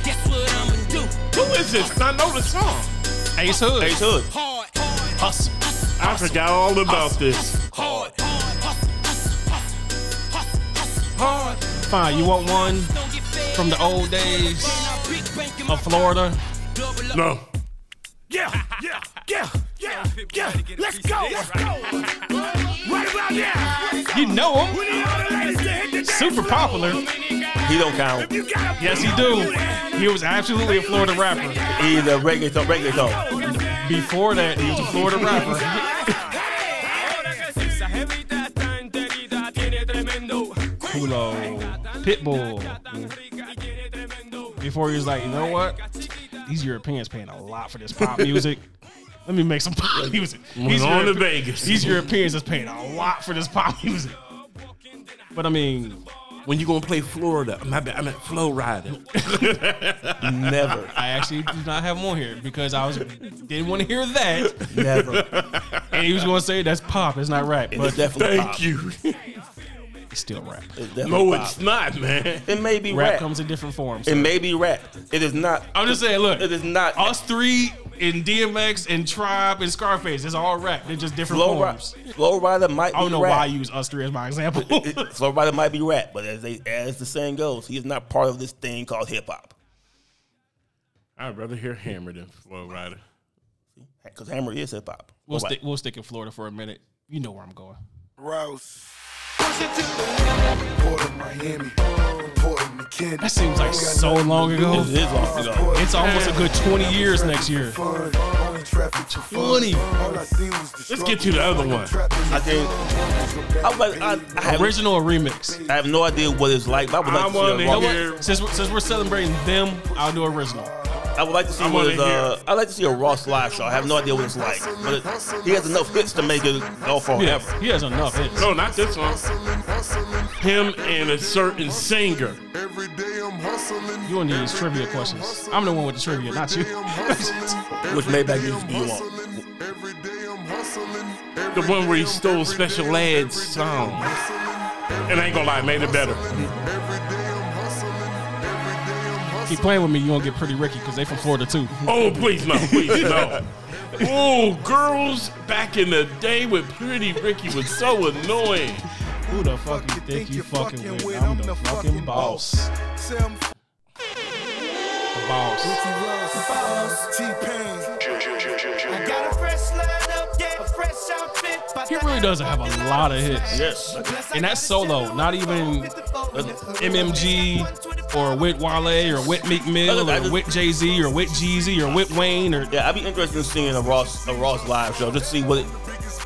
S: Guess what I'ma do?
C: Who is this? I know the song.
A: Ace Hood.
C: Ace Hood.
S: Hard,
C: Hustle. I forgot all about this.
S: hard,
A: Hard. Fine. You want one from the old days of Florida?
C: No.
R: Yeah, yeah, yeah, yeah, yeah. Let's go, let's go. Right about now.
A: You know him.
R: We need all the ladies to hit the dance
A: Super
R: floor.
A: popular.
B: He don't count.
A: Yes, he do. He was absolutely a Florida rapper.
B: He's a reggaeton, reggaeton.
A: Before that, he was a Florida rapper. Kulo, Pitbull. Before he was like, you know what? These Europeans paying a lot for this pop music. Let me make some pop music.
C: Went
A: These
C: on to
A: Europe-
C: Vegas.
A: These Europeans is paying a lot for this pop music. But I mean,
C: when you gonna play Florida? My bad, I meant Flow Rider.
B: Never.
A: I actually did not have him on here because I was didn't want to hear that.
B: Never.
A: And he was going to say that's pop, it's not rap. But
B: It's definitely
C: Thank
B: pop.
C: you.
A: It's still rap.
B: It's definitely
C: No,
B: pop.
C: it's not, man.
B: It may be
A: Rap
B: rap.
A: comes in different forms.
B: It may be rap. It is not.
A: I'm just saying, look,
B: It is not.
A: us three and DMX and Tribe and Scarface, it's all rap. They're just different
B: Flow, ri-
A: forms.
B: flow rider might.
A: I don't
B: be
A: know
B: rap.
A: why I use us three as my example.
B: Flow rider might be rap, but as they as the saying goes, he is not part of this thing called hip hop.
C: I'd rather hear Hammer than Flow Rider.
B: Because Hammer is hip hop.
A: we'll, stick, we'll stick in Florida for a minute. You know where I'm going.
R: Rose.
A: That seems like so long ago.
B: It is long ago.
A: It's almost a good 20 years next year. 20.
C: Let's get to the other one.
B: I think I, was- I, I, have,
A: Original or remix?
B: I have no idea what it's like, but I would
C: I
B: like to
C: wanna
B: see. A rock,
C: hear.
A: Since we're, since we're celebrating them, I'll do original.
B: I would like to see
C: I
B: what is.
C: wanna
B: Uh, I like to see a Ross live show. I have no idea what it's like, but it, he has enough hits to make it go
A: Yeah,
B: forever.
A: he has enough hits.
C: No, not this one. Him and a certain singer.
J: Every day I'm hustling.
A: You want these trivia questions. I'm the one with the trivia, not you.
B: Which Maybach do you want?
J: Every day I'm hustling.
C: The one where he stole Special Ed's song. And I ain't gonna lie, made it better.
A: Keep playing with me, you gonna get pretty Ricky because they from Florida too.
C: Oh, please no, please no. Oh, girls back in the day with Pretty Ricky was so annoying.
A: Who the fuck you think you fucking with? I'm the fucking boss. Boss.
R: I got a fresh lineup, yeah, a fresh outfit. but
A: He really doesn't have a lot of hits.
B: Yes.
A: And that's solo, not even MMG or with Wale or with Meek Mill or with Jay Z or with Jeezy or with Wayne or
B: Yeah, I'd be interested in seeing a Ross a Ross live show just to see what it,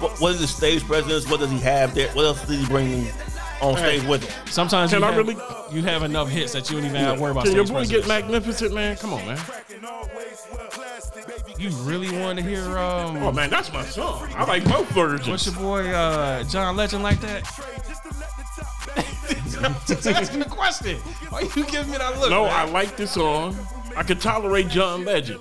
B: what, what is his stage presence, what does he have there, what else does he bring on stage with him?
A: sometimes
C: Can
A: you
C: I
A: have,
C: really-
A: you have enough hits that you don't even have to worry about
C: Can your
A: stage
C: boy get
A: presence.
C: magnificent, man? Come on, man.
A: You really want to hear
C: Oh
A: um
C: man, that's my song. I like both versions.
A: what's your boy uh John Legend like that? Just ask me a question. Why you giving me that look?
C: no,
A: man?
C: I like this song. I can tolerate John Legend.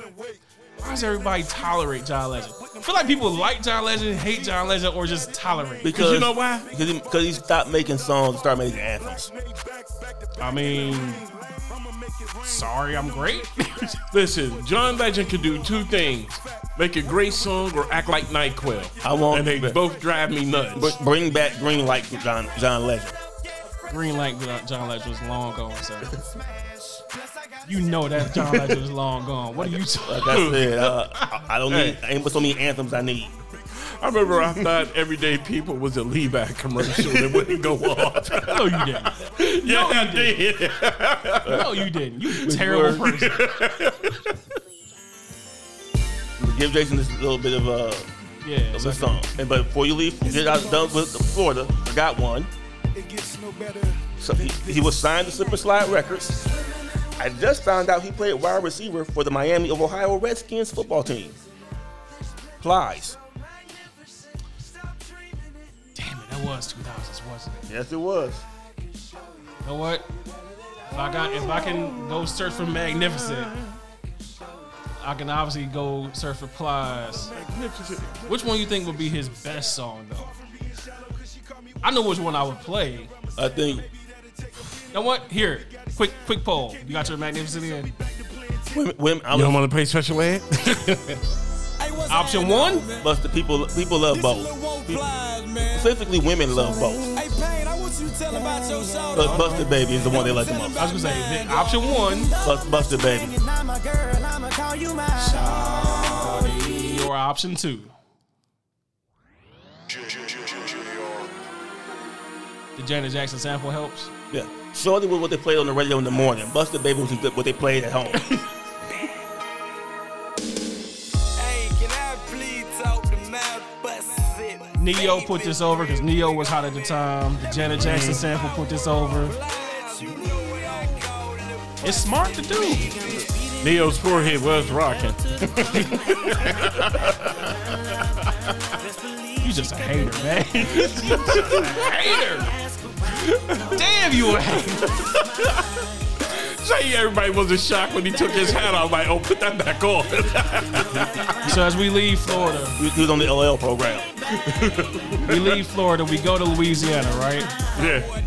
A: Why does everybody tolerate John Legend? I feel like people like John Legend, hate John Legend, or just tolerate.
B: Because
C: you know why?
B: Because he, 'cause he stopped making songs and started making anthems.
A: I mean, sorry, I'm great.
C: Listen, John Legend can do two things: make a great song or act like Nyquil.
B: I want-
C: and they both drive me nuts.
B: But bring back Green Light for John John Legend.
A: Green Light without John Legend was long gone, sir. You know that John Legend was long gone. What are you talking?
B: Like I said, uh, I, I don't need I ain't but so many anthems I need.
C: I remember I thought Everyday People was a Levi commercial that wouldn't go off.
A: No, you didn't.
C: yeah, I did.
A: No, you didn't. You terrible
B: were.
A: person.
B: Give Jason this little bit of uh,
A: Yeah.
B: of
A: so-
B: a song. And but before you leave, you get out done with Florida. I got one. So he, he was signed to Slip and Slide Records. I just found out he played wide receiver for the Miami of Ohio Redskins football team. Plies.
A: That was 2000s, wasn't it?
B: Yes, it was.
A: You know what? If I got, if I can go search for Magnificent, I can obviously go search for Plies. Which one you think would be his best song though? I know which one I would play.
B: I think.
A: You know what? Here, quick, quick poll. You got your Magnificent in?
C: you don't want to play special ed?
A: Option one.
B: But the people, people love both. Specifically, women love both. But Busted Baby is the one they like the most.
A: I was gonna say the option one.
B: Bust, Busted Baby.
A: Or option two. The Janet Jackson sample helps.
B: Yeah. Shorty was what they played on the radio in the morning. Busted Baby was what they played at home.
A: Neo put this over because Neo was hot at the time. The Janet Jackson sample put this over. It's smart to do.
C: Neo's forehead was rocking.
A: You just a hater, man. You just a hater. Damn you a hater.
C: Say everybody was in shock when he took his hat off. Like, oh, put that back on.
A: So as we leave Florida,
B: we was on the LL program.
A: we leave Florida, we go to Louisiana, right?
C: Yeah.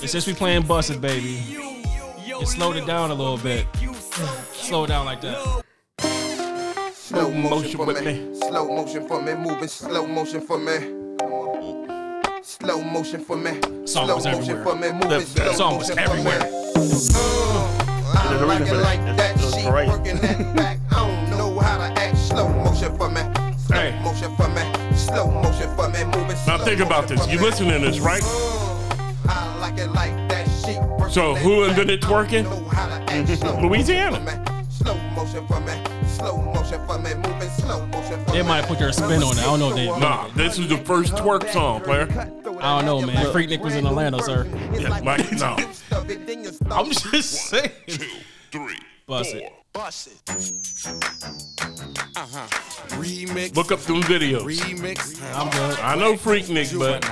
A: And since we playing Busted Baby, it slowed it down a little bit. Slow it down like that.
K: Slow motion for me. Slow motion for me. Moving slow motion for me. Slow motion for me.
A: Song
K: slow
A: was
K: motion
A: everywhere.
K: for me. Moving
A: That- that
K: slow
A: song was
K: motion for me.
A: everywhere.
K: Uh, I
B: There's a
K: like
B: reason
K: it
B: for
K: like
B: that.
K: that.
B: It was
K: She
B: great.
K: working that back. I don't know how to act. Slow motion for me. Slow motion for me. Slow motion for me. Moving slow
C: Now think about this. You listening to this, right?
K: Uh, I like it like that. She working
C: So
K: that
C: who
K: back.
C: invented twerking? Louisiana.
K: Slow motion for me. Slow motion for me. Moving slow motion for
A: They
K: me.
A: might put their spin on it. I don't know if they.
C: Nah, this is the first twerk song, player.
A: I don't know, man. Freak Nick was in Orlando, sir.
C: Yeah, like, no.
A: I'm just saying. Bust it.
R: Bust it. Uh-huh. Remix.
C: Look up them videos.
R: Remix.
A: I'm good.
C: I know Freak Nick, but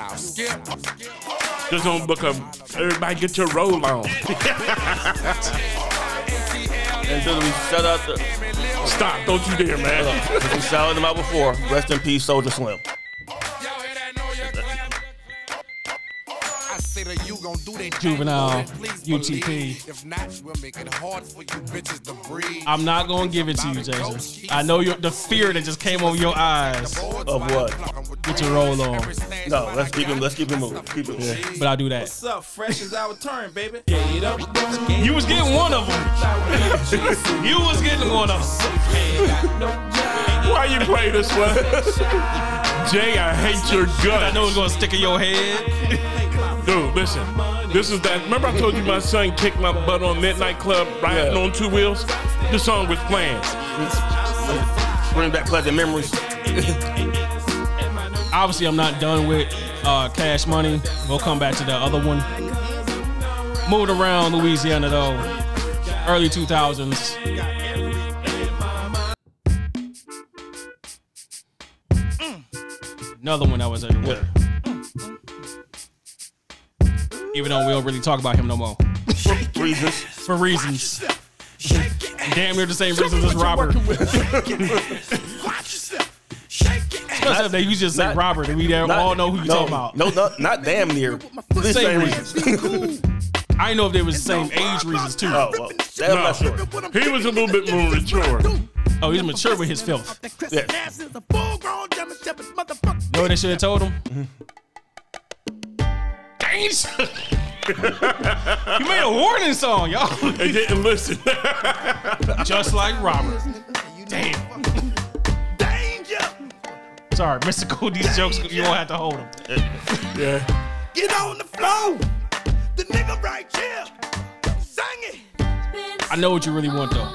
C: just don't look up. Everybody get your roll on.
B: And so we shout out the.
C: Stop! Don't you dare, man.
B: We shouted them out before. Rest in peace, Soldier Slim.
R: I say that you gon' do that.
A: Juvenile,
R: Please
A: UTP.
R: believe. If not, we'll make it hard for you bitches to breathe.
A: I'm not gonna give it to you, Jason. I know your, the fear that just came over your eyes.
B: Of what?
A: Get your roll on,
B: No, let's keep him. Let's keep him moving. Keep it.
A: but I do that.
T: What's up? Fresh is our turn, baby.
A: You was getting one of them. you was getting one of them.
C: Why you play this one? Jay, I hate your gut. I know
A: it's gonna stick in your head.
C: Dude, listen. This is that. Remember I told you my son kicked my butt on Midnight Club riding on two wheels? This song was playing.
B: Bring back pleasant memories.
A: Obviously, I'm not done with uh, Cash Money. We'll come back to the other one. Moved around Louisiana though, early Mm. 2000s. Another one that was everywhere. Even though we don't really talk about him no more.
B: reasons.
A: For reasons. Damn near the same reasons as Robert. Especially if they used to say Robert and we there all know who you
B: no,
A: talking about.
B: No, no, not damn near. The same reasons.
A: I didn't know if they was the same age reasons too.
B: Oh, well, that's not sure.
C: He was a little bit more mature.
A: Oh, he's mature with his filth.
B: Yes.
A: You know what they should have told him? you made a warning song, y'all.
C: They didn't listen.
A: Just like Robert. Damn. Sorry, Mr. Cool, these jokes, you don't have to hold them.
C: Yeah.
R: Get on the floor. The nigga right here. Sing it.
A: I know what you really want though.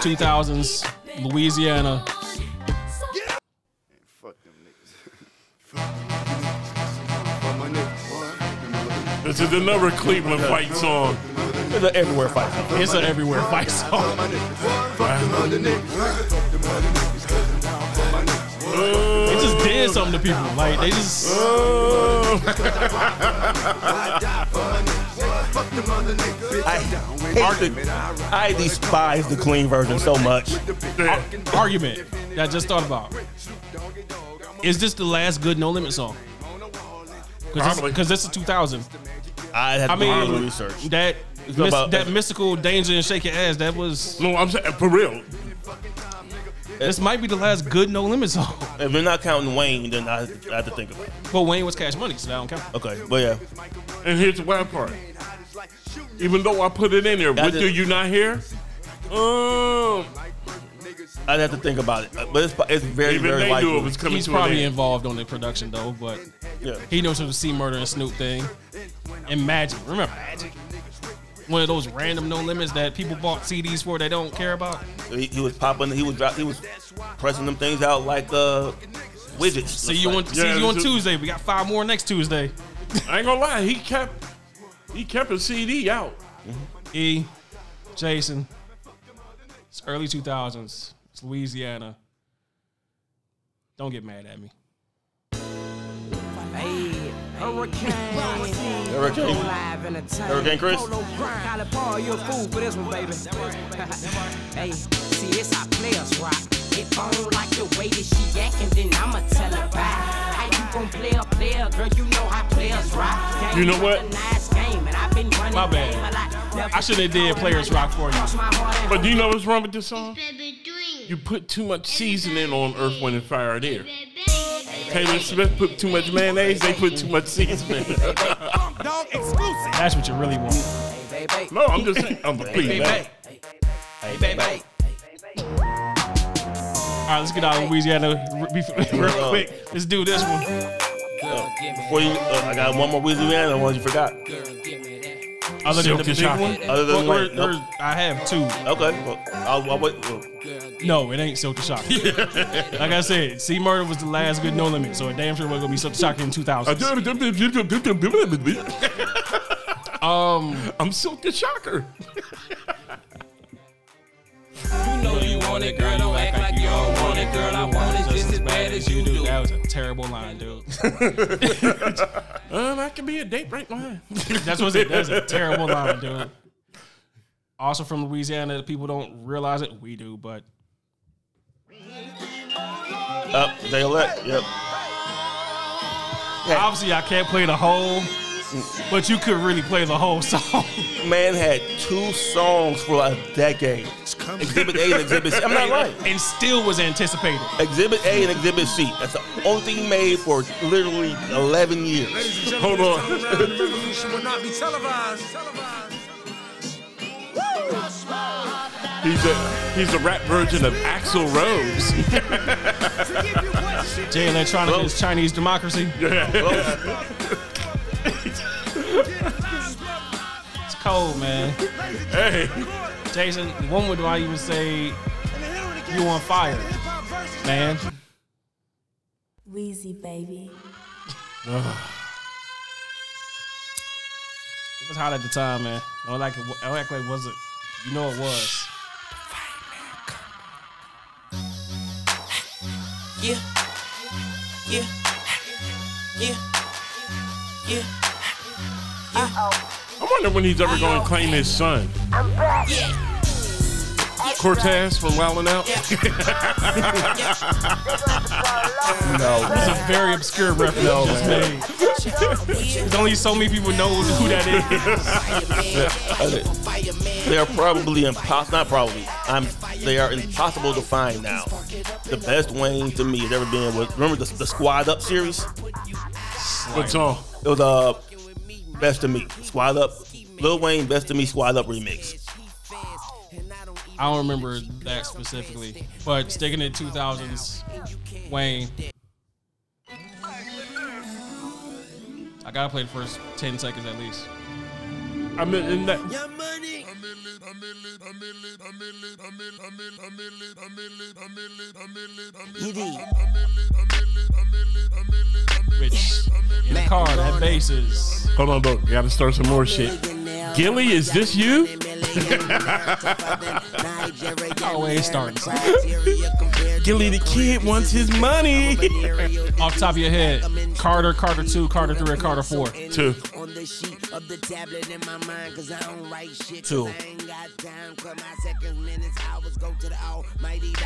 A: 2000s, Louisiana.
C: This is another Cleveland fight song.
B: It's an everywhere fight.
A: It's an everywhere fight song. It just did did something to people. Like they just.
B: I, I despise the clean version so much.
A: Argument that I just thought about. Is this the last good No Limit song?
B: Probably.
A: Because this is 2000.
B: I have to do my research.
A: That
B: It's
A: mys-
B: about-
A: that mystical danger and shake your ass. That was
C: no. I'm saying for real.
A: This might be the last good No Limit song.
B: If we're not counting Wayne, then I have to, I have to think about it.
A: But Wayne was Cash Money, so that don't count.
B: Okay, but yeah.
C: And here's the wild part. Even though I put it in there,
B: That
C: what
B: is-
C: do you not hear? Um,
B: I'd have to think about it. But it's, it's very,
C: Even
B: very
C: they
B: likely.
C: knew it was coming
A: He's probably involved on the production though, but
B: Yeah.
A: he knows from the C Murder and Snoop thing. And Magic, remember Magic? One of those random No Limits that people bought CDs for they don't care about.
B: He, he was popping. He was drop, He was pressing them things out like uh, widgets.
A: See you on see you on Tuesday. We got five more next Tuesday.
C: I ain't gonna lie, he kept he kept a CD out.
A: E, Jason. It's early 2000s. It's Louisiana. Don't get mad at me.
U: Hurricane.
A: Hurricane.
U: Go live in a tank.
A: Hurricane Chris.
U: Polo grind. Collar Paul, you a fool for this one, baby. hey, see, it's how players rock. It on like the way that she acting, then I'ma tell her back. How you gon' play a player, girl? You know how players rock.
A: You know what?
U: Nice game, and I've been running
A: My bad.
U: game a lot. Never
A: I should have did Players Rock for you.
C: But do you know what's wrong with this song? You put too much seasoning on Earth, Wind, and Fire and Air. Taylor Smith put too much mayonnaise, they put too much seasoning.
U: Dog exclusive.
A: That's what you really want.
C: no, I'm just saying. I'm
A: Hey,
C: please.
A: baby.
B: Hey,
U: baby.
A: All right, let's get out of Louisiana re- be- real quick. Let's do this one.
B: Before you, uh, I got one more Louisiana one you forgot.
A: Other than the big one?
B: Other than
A: Well, we're-
B: wait, nope.
A: we're- I have two.
B: Okay, well, I'll, I'll wait. Well,
A: No, it ain't Silk the Shock. like I said, C Murder was the last good No Limit, so it damn sure was gonna be Silk the Shock in 2000. Um,
C: I'm Silk the Shocker.
S: You know you want it, girl. Don't act like you don't want it, girl. I want it just as bad as you do.
A: That was a terrible line, dude.
C: Um, that could be a date right line.
A: That's what it. That's a terrible line, dude. Also from Louisiana, people don't realize it. We do, but
B: up, uh, they elect. Yep.
A: obviously I can't play the whole. But you could really play the whole song.
B: Man had two songs for a decade. Exhibit A and Exhibit C. I'm not lying.
A: And still was anticipated.
B: Exhibit A and Exhibit C. That's the only thing he made for literally 11 years.
C: Hold on.
R: The revolution will not be televised.
C: He's a he's a rap version of Axl Rose.
A: Jay Electronica is Chinese democracy. It's cold, man.
C: Hey.
A: Jason, one would why you would say you on fire, man.
O: Wheezy, baby.
A: It was hot at the time, man. Don't like it, don't act like it wasn't. You know it was.
S: Yeah. Yeah. Yeah. Yeah.
C: I wonder when he's ever going to claim his son.
S: I'm back. Yeah.
C: Cortez from Wildin' Out.
A: No, it's a very obscure reference
B: No,
A: you just
B: man.
A: made. There's only so many people know who that is.
B: They are probably impossible. Not probably. I'm. They are impossible to find now. The best Wayne to me has ever been was remember the, the Squad Up series.
C: What song?
B: It was uh, Best of Me. Squad Up. Lil Wayne Best of Me Squad Up remix.
A: I don't remember that specifically, but sticking in 2000s, Wayne. I gotta play the first 10 seconds at least.
C: I mean, in that.
A: Which in the car that bass is.
C: Hold on, bro. Gotta start some more shit. Gilly, is this you?
A: Always starting.
C: Gilly the kid wants his money.
A: Off the top of your head, Carter, Carter two, Carter three, or Carter four.
C: Two.
B: Two.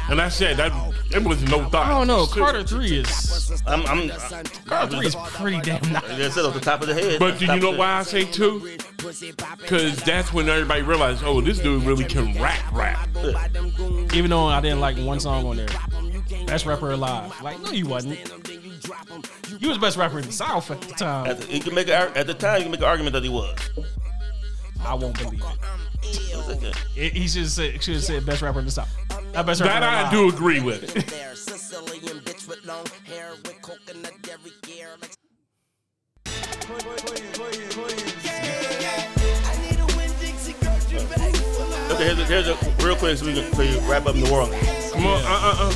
C: And I said that there was no thought.
A: I don't know. Carter three is.
B: I'm. I'm
A: Carter three is pretty damn nice.
B: That's it off the top of the head.
C: But do
B: Top
C: you
B: of
C: know
B: the-
C: why I say two? Because that's when everybody realized, oh, this dude really can rap, rap.
A: Even though I didn't like one song on there. Best rapper alive. Like, no, you wasn't. You was best rapper in the South at the time.
B: At the, you can make a, at the time you can make an argument that he was.
A: I won't believe it. It- He should have said, should have said best rapper in the South. Not best rapper
C: That I
A: alive.
C: do agree with.
B: Okay, here's a, here's a real quick so we can so you wrap up New Orleans.
C: Come on, uh,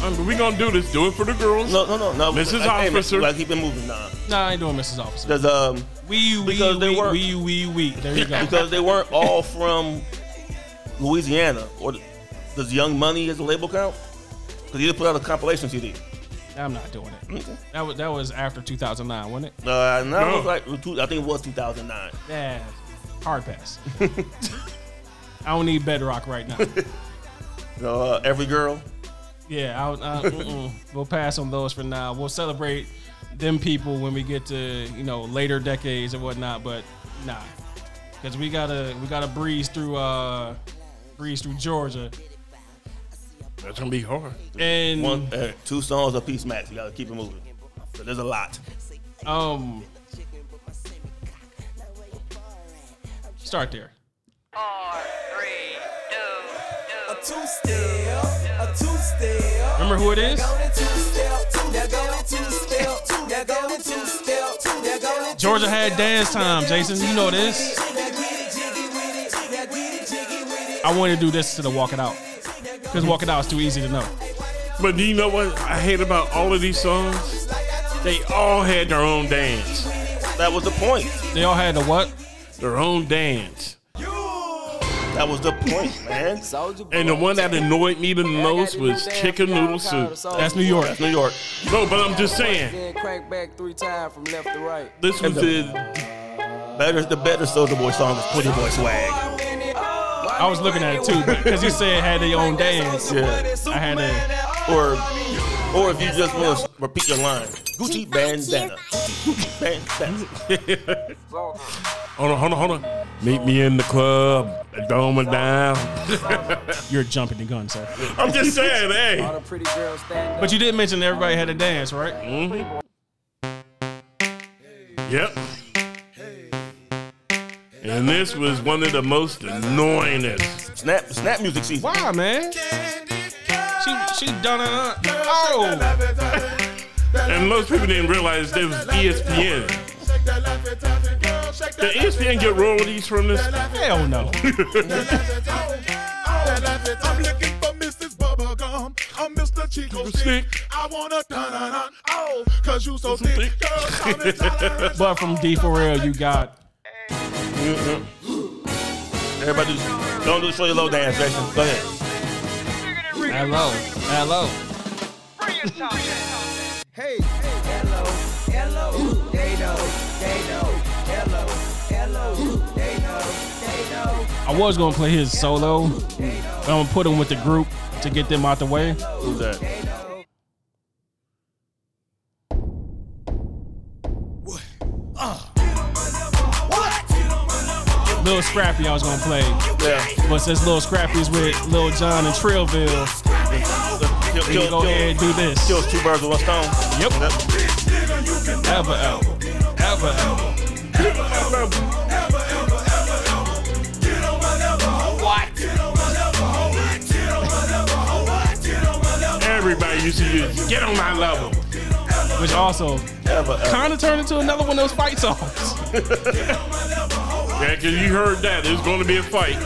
C: uh, uh, uh, we gonna do this. Do it for the girls.
B: No, no, no, no.
C: Mrs.
B: Hey, man,
C: Officer.
B: like keep it moving. Nah,
A: Nah, I ain't doing Mrs. Officer.
B: because um,
A: Wee, wee,
B: because they
A: wee,
B: weren't
A: wee, wee, wee. There you go.
B: because they weren't all from Louisiana. Or th- does Young Money as a label count? Because he did put out a compilation CD.
A: I'm not doing it. That was that was after 2009, wasn't it?
B: Uh, and that
A: No.
B: was like two- I think it was 2009.
A: Yeah, hard pass. I don't need bedrock right now.
B: So, uh, Every Girl.
A: Yeah, I, I, mm-mm. we'll pass on those for now. We'll celebrate them people when we get to you know later decades and whatnot, but nah, because we gotta we gotta breeze through uh breeze through Georgia.
C: That's gonna be hard.
A: And-
B: one, uh, two songs a piece max. You gotta keep it moving. So there's a lot.
A: Um, start there.
R: A two step, a two step.
A: Remember who it is? Georgia had dance time, Jason. You know this. I wanted to do this to the walk it out because walk it out is too easy to know.
C: But do you know what I hate about all of these songs? They all had their own dance.
B: That was the point.
A: They all had the what?
C: Their own dance.
B: That was the point, man.
C: And the one that annoyed me the most was chicken noodle soup.
A: That's New York.
B: That's New York.
C: No, but I'm just saying.
P: Then crank back three times from left to right.
C: This was the
B: better. The better Soldier Boy song is Pretty Boy Swag.
A: I was looking at it too because you said it had their own dance.
B: Yeah.
A: I had a
B: Or, or if you just want to repeat your line, Gucci bandana. Gucci bandana.
C: Hold on, hold on, hold on. Meet me in the club. The dome is down.
A: You're jumping the gun, sir.
C: I'm just saying, hey.
P: All the pretty girls stand
A: But you did mention everybody had a dance, right?
C: Mm-hmm. Yep. And this was one of the most annoyingest.
B: snap, snap music season.
A: Why, man? She she done it. Oh,
C: And most people didn't realize there was E ESPN. Did ESPN get royalties from this?
A: hell no.
I: oh. I'm looking for Mrs. Bubblegum. I'm Mr. Chico Stick. I want a dun dun dun. Oh, cause you so thick. Girl, I'm intolerant.
A: But from D for real, you got
C: Mm-hmm.
B: Everybody, just, don't do show your low dance, Jason. Go ahead.
A: hello, hello.
Q: Hey, hello, hello, they know, they know, hello, hello, they know, they know.
A: I was gonna play his solo. but I'm gonna put him with the group to get them out the way.
B: Who's that?
A: Little Scrappy, I was gonna play,
B: Yeah.
A: but since Little Scrappy's with Lil John and Trillville,
B: Kill,
A: we can
B: kill,
A: go ahead
B: kill,
A: and do this.
B: kills two birds with one stone.
A: Yep.
B: That-
A: Ever, ever, ever, ever.
C: Everybody used to use get on my level.
A: Which also
B: Ever, ever.
A: kind of turned into another one of those fight songs.
C: Yeah, because you heard that. There's going to be a fight.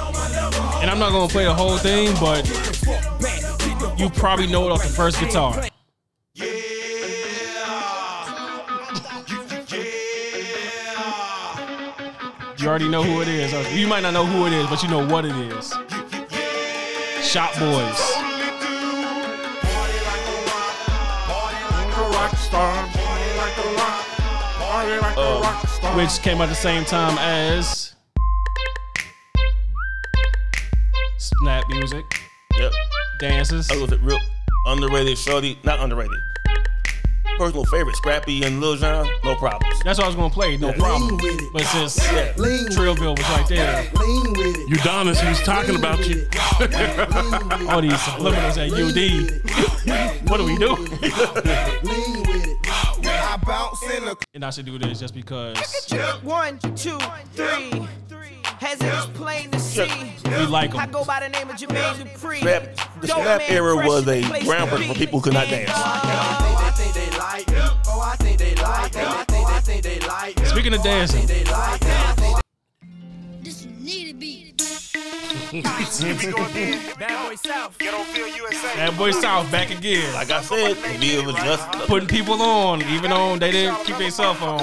A: And I'm not gonna play the whole thing, but you probably know it off the first guitar. You already know who it is. huh? You might not know who it is, but you know what it is. Shop Boys. Uh, which came out the same time as Snap Music.
B: Yep.
A: Dances.
B: I was a real underrated shorty. Not underrated. Personal favorite, Scrappy and Lil Jon, no problems.
A: That's what I was gonna play, no problem. But since Trillville was right there,
C: Udonis, who's talking about you.
A: all these subliminals at UD. what do we do? and I should do this just because
U: One, two, three. As it's plain to see,
A: we like 'em.
U: I go by the name of Jermaine Dupri.
B: Rap, the
U: Dope
B: rap
U: man,
B: era
U: fresh
B: was a
U: place to
B: ground break
U: be.
B: for people who could not dance.
A: Speaking of dancing,
R: Bad boy South. Get on field USA.
A: that boy South back again.
B: Like I said, maybe it was just
A: putting people on, even on they didn't keep their cell phone.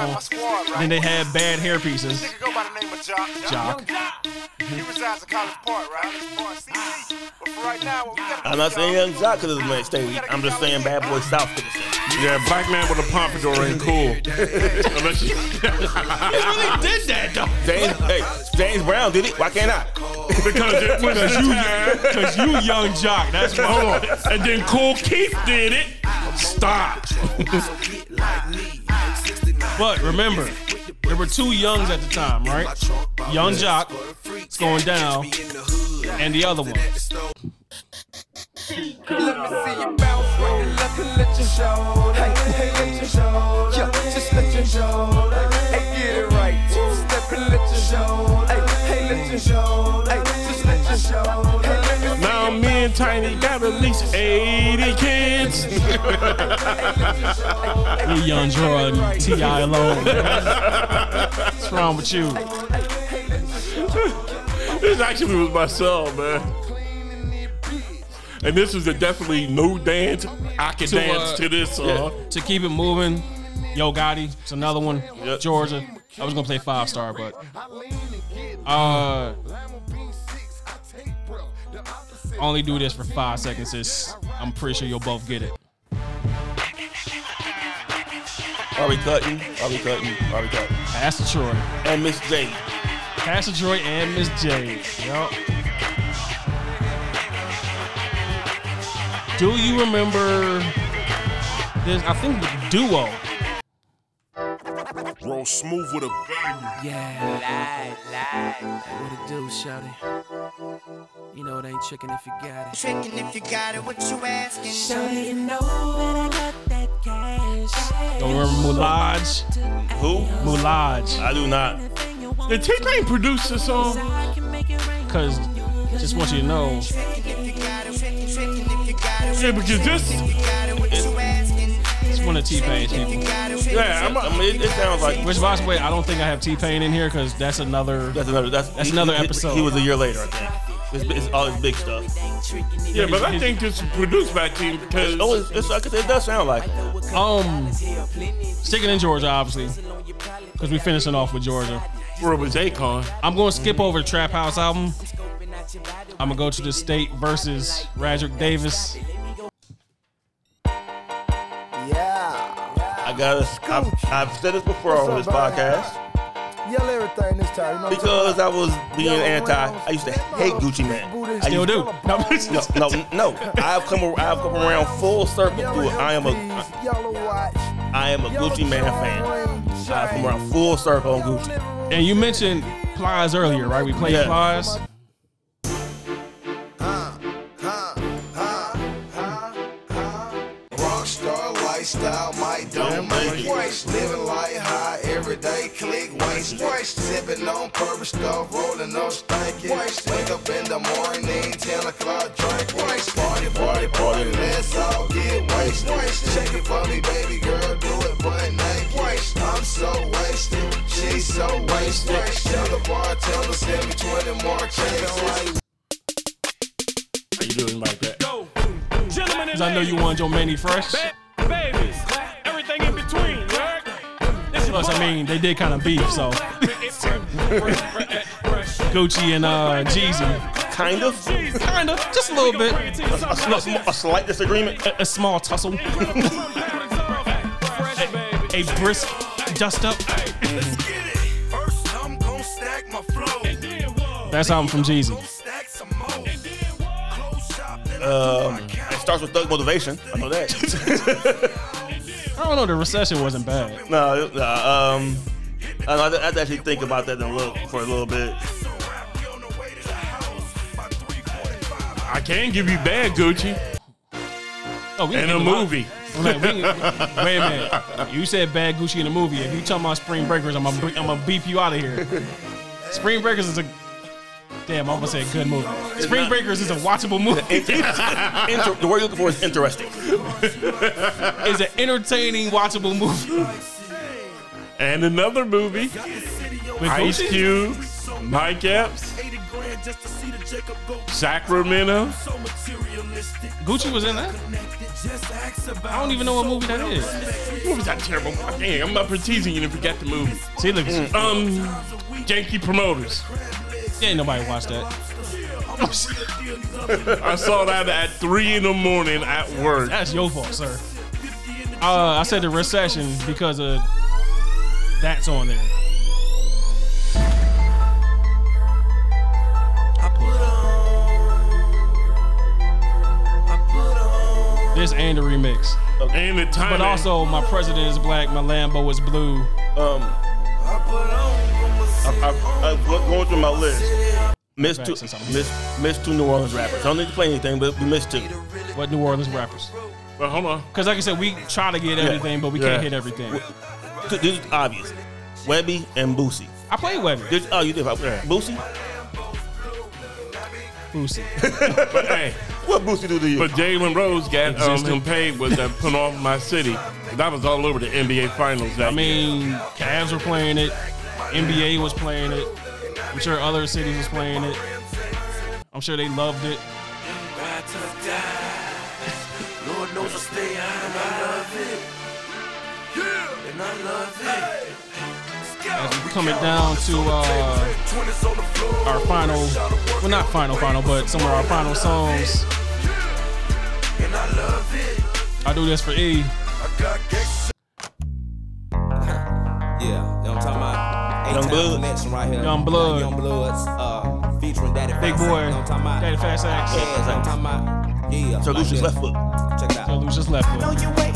A: Then they had bad hair pieces.
R: Nigga go by the name of Jock.
A: Jock.
R: He resides in College Park, right? College Park, CC. But for right now, what we got
B: I'm not saying Young Jock could have made state. I'm just saying Bad Boy South could have
C: Yeah, black man with a pompadour ain't cool. Unless you
B: really
C: did that though.
B: James, hey, James Brown did it. Why can't I?
C: Because it was
A: Cause
C: a
A: you,
C: time.
A: cause you young jock. That's why.
C: Hold on. And then Cool Keith did it. Stop.
A: But remember, there were two youngs at the time, right? Young Jock, it's going down, and the other one.
Q: Let me see you bounce with it. Let me let your shoulder. Hey, hey, let your shoulder. Yeah, just let your shoulder. Hey, get it right. Step and let your shoulder. Hey, hey, let your shoulder. Hey, just let your shoulder. Hey, let me see
C: Now me and Tiny got at least 80 kids.
A: You young Jordan, T.I. alone. What's wrong with you?
C: This actually was my song, man. And this was a definitely no dance. I can
A: To, uh,
C: dance to this song.
A: yeah, to keep it moving, Yo Gotti, it's another one. Georgia. I was gonna play five star, but uh, only do this for five seconds. It's, I'm pretty sure you'll both get it.
B: Are we cutting? Are we cutting? Are we cutting?
A: Pastor Troy.
B: And Miss J.
A: Pastor Troy and Miss J. Yup. Do you remember this? I think the duo.
E: Roll smooth with a banger.
Q: Yeah, live, live. What it do, shawty? You know it ain't tricking if you got it.
O: Tricking if you got it, what you asking?
Q: Shawty, you know
O: that I got that cash.
A: Don't remember Moulage?
B: Who?
A: Moulage.
B: I do not.
C: Did T Pain produce this song?
A: Cause just want you to know,
C: Yeah, because this
A: it's one of T Pain's people.
C: Yeah, I'm a-
B: I mean, it, it sounds like
A: Which, by the way, I don't think I have T Pain in here because that's another.
B: that's another that's,
A: That's
B: he-
A: another
B: he-
A: episode.
B: He was a year later, I think. It's, it's all his big stuff.
C: Yeah, but I think this was produced by T because
B: Oh, it's, it's like it does sound like. it.
A: Um, sticking in Georgia, obviously, because we finishing off with Georgia.
C: where it was Akon.
A: I'm going to skip over the Trap House album. I'm gonna go to the state versus Radrick Davis.
B: I gotta. I've, I've said this before on this podcast
F: Yell everything this time. You know
B: because I was being anti. I used to hate Gucci Man. I
A: Still
B: used-
A: do. No,
B: No, no, no. I've come. ar- I've come around full circle to it. I am a.
F: what I'm saying? Yellow watch.
B: I am a Gucci Man fan. I've come around full circle on Gucci.
A: And you mentioned Plies earlier, right? We played
B: Yeah.
A: Plies.
V: Rockstar lifestyle, my don't make it. Waste, living life high, everyday click, waste, waste. Sipping on purple stuff, rolling on stanky. Waste, wake up in the morning, 10 o'clock, drink, waste. Party, party, party, let's all get waste, waste. Shake it for me, baby girl, do it butt naked. Waste, I'm so wasted, she's so wasted. Tell the bartender, send me 20 more cases.
C: How you doing like that?
Q: Gentlemen
A: Cause I know you wanted your Manny Fresh.
Q: babies, everything in between, you heard? It's your
A: Plus, I
Q: boy.
A: mean, they did kind of beef, so. Gucci and uh, Jeezy.
B: Kind of.
A: Kind of. Just a little bit.
B: A, a sm- a slight disagreement.
A: A, a small tussle. a brisk dust up. That's album from Jeezy.
B: Um, it starts with Thug Motivation. I know that.
A: I don't know. The recession wasn't bad.
B: no, no, um, I, I had to actually think about that and look for a little bit.
C: I can give you bad Gucci.
A: Oh, we
C: In
A: can
C: a
A: think about-
C: movie.
A: Like, we- wait a minute. You said bad Gucci in a movie. If you talking about Spring Breakers, I'm gonna I'm gonna beep you out of here. Spring Breakers is a damn. I almost said good movie. Spring
B: not-
A: Breakers is a watchable movie.
B: Inter- the word you're looking for is interesting.
A: It's an entertaining, watchable movie.
C: And another movie. Ice
A: Gucci?
C: Cube, Mike Epps, Sacramento.
A: Gucci was in that. I don't even know what movie that is.
C: What was that terrible? Damn, I'm up for teasing you if you got the movie.
A: See, look,
C: Um, Janky Promoters.
A: ain't nobody watched that.
C: I saw that at three in the morning at work.
A: That's your fault, sir. Uh, I said the recession because of that's on there. This and the remix,
C: and the timing.
A: but also my president is black, my Lambo is blue.
B: Um, I, I, I, go- going through my list. Missed two, missed, missed two New Orleans rappers. I don't need to play anything, but we missed two.
A: What New Orleans rappers?
C: But hold on.
A: Because like I said, we try to get
B: Yeah.
A: everything, but we
B: Yeah.
A: can't hit everything.
B: Th- This is obvious. Webby and Boosie.
A: I played Webby.
B: This, oh, you did. Boosie?
A: Boosie.
C: But hey,
B: what Boosie do to you?
C: But Jalen Rose got um,
A: Existed.
C: him paid with that put off my city. That was all over the NBA Finals. That
A: I mean, Cavs were playing it. NBA was playing it. I'm sure other cities was playing it. I'm sure they loved it.
R: Lord knows I stay high and I love it. Yeah. And I love it.
A: As we coming down to uh, our final, well, not final, final, but some of our final songs. I do this for E.
L: Yeah, you know what I'm talking about?
A: Young
L: Young
A: Blood.
L: Blood. Connection right here.
A: Young Blood.
L: Young Bloods. Uh, featuring Daddy
A: Big
L: Fast
A: boy.
L: Act, you know what I'm talking about?
A: Daddy Fast Act.
L: Yeah, you know what I'm talking about? Yeah.
B: So
L: like
B: Lucius
L: that.
B: left foot.
L: Check it out.
A: So Lucius left foot,